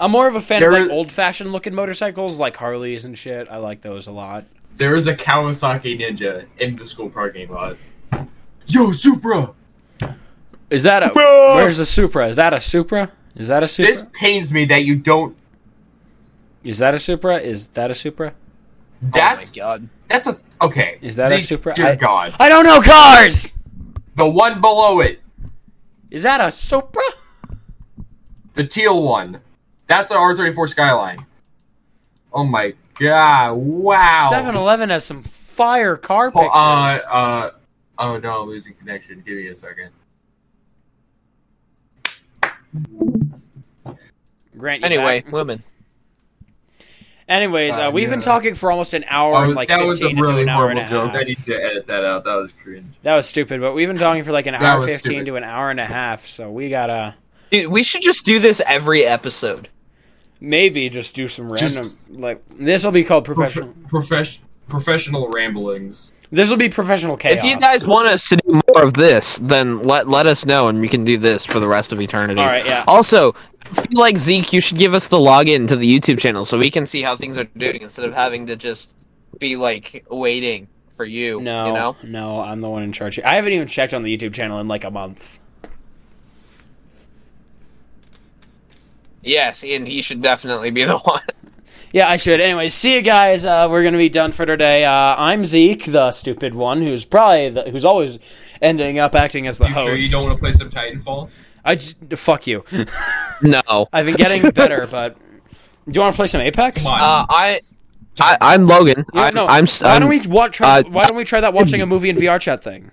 Speaker 4: I'm more of a fan
Speaker 5: There
Speaker 4: of like
Speaker 5: is-
Speaker 4: old fashioned looking motorcycles, like Harleys and shit. I like those a lot.
Speaker 5: there is a Kawasaki Ninja in the school parking lot. Yo, Supra.
Speaker 4: Is that a?
Speaker 6: Bro!
Speaker 4: Where's the Supra? Is that a Supra? Is that a Supra?
Speaker 5: This pains me that you don't.
Speaker 4: Oh Is that a Supra? Is that a Supra?
Speaker 5: That's
Speaker 6: oh my god.
Speaker 5: that's a okay.
Speaker 4: Is that a
Speaker 5: Zeke,
Speaker 4: Supra?
Speaker 5: Dear
Speaker 4: I-
Speaker 5: God,
Speaker 4: I don't know cars.
Speaker 5: the one below it,
Speaker 4: Is that a Supra?
Speaker 5: the teal one. That's an R34 Skyline. Oh my God! Wow.
Speaker 4: 7-Eleven has some fire car
Speaker 5: Oh,
Speaker 4: pictures.
Speaker 5: uh, uh, oh no, I'm losing connection. Give me a second.
Speaker 4: Grant. you
Speaker 6: Anyway,
Speaker 4: back?
Speaker 6: women.
Speaker 4: Anyways, uh,
Speaker 5: Uh,
Speaker 4: we've been
Speaker 5: yeah.
Speaker 4: talking for almost an hour
Speaker 5: Oh,
Speaker 4: and like
Speaker 5: that
Speaker 4: fifteen
Speaker 5: was a
Speaker 4: to
Speaker 5: really
Speaker 4: an hour and a
Speaker 5: horrible joke. I
Speaker 4: half.
Speaker 5: need to edit that out. That was cringe.
Speaker 4: That was stupid, but we've been talking for like an
Speaker 5: That
Speaker 4: hour
Speaker 5: was
Speaker 4: fifteen
Speaker 5: stupid.
Speaker 4: to an hour and a half, so we gotta
Speaker 6: Dude, we should just do this every episode.
Speaker 4: maybe just do some random
Speaker 5: Just-
Speaker 4: like this will be called professional.
Speaker 5: Profes- professional ramblings.
Speaker 4: This will be professional chaos.
Speaker 6: If you guys want us to do more of this, then let let us know, and we can do this for the rest of eternity.
Speaker 4: All right, yeah.
Speaker 6: Also, I feel like Zeke, you should give us the login to the YouTube channel so we can see how things are doing instead of having to just be like waiting for you.
Speaker 4: no,
Speaker 6: you know.
Speaker 4: no, I'm the one in charge. here. I haven't even checked on the YouTube channel in like a month.
Speaker 6: Yes, and he should definitely be the one.
Speaker 4: Yeah, I should. Anyway, see you guys. Uh, we're gonna be done for today. Uh, I'm Zeke, the stupid one, who's probably the, who's always ending up acting as the
Speaker 5: You
Speaker 4: host.
Speaker 5: sure you don't want to play some Titanfall?
Speaker 4: I just, fuck you.
Speaker 6: No,
Speaker 4: I've been getting better, but do you want to play some Apex?
Speaker 5: Come on.
Speaker 6: Uh, I, I, I'm Logan.
Speaker 4: Yeah,
Speaker 6: I'm,
Speaker 4: no.
Speaker 6: I'm, s-
Speaker 4: why don't we
Speaker 6: I'm-
Speaker 4: wa- try,
Speaker 6: uh,
Speaker 4: Why don't we try that watching a movie in VR chat thing?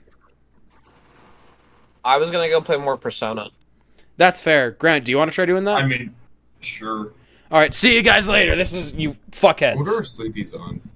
Speaker 6: I was gonna go play more Persona.
Speaker 4: That's fair. Grant, do you want to try doing that?
Speaker 5: I mean, sure.
Speaker 4: All right. See you guys later. This is you
Speaker 5: What
Speaker 4: fuckheads.
Speaker 5: are sleepies on?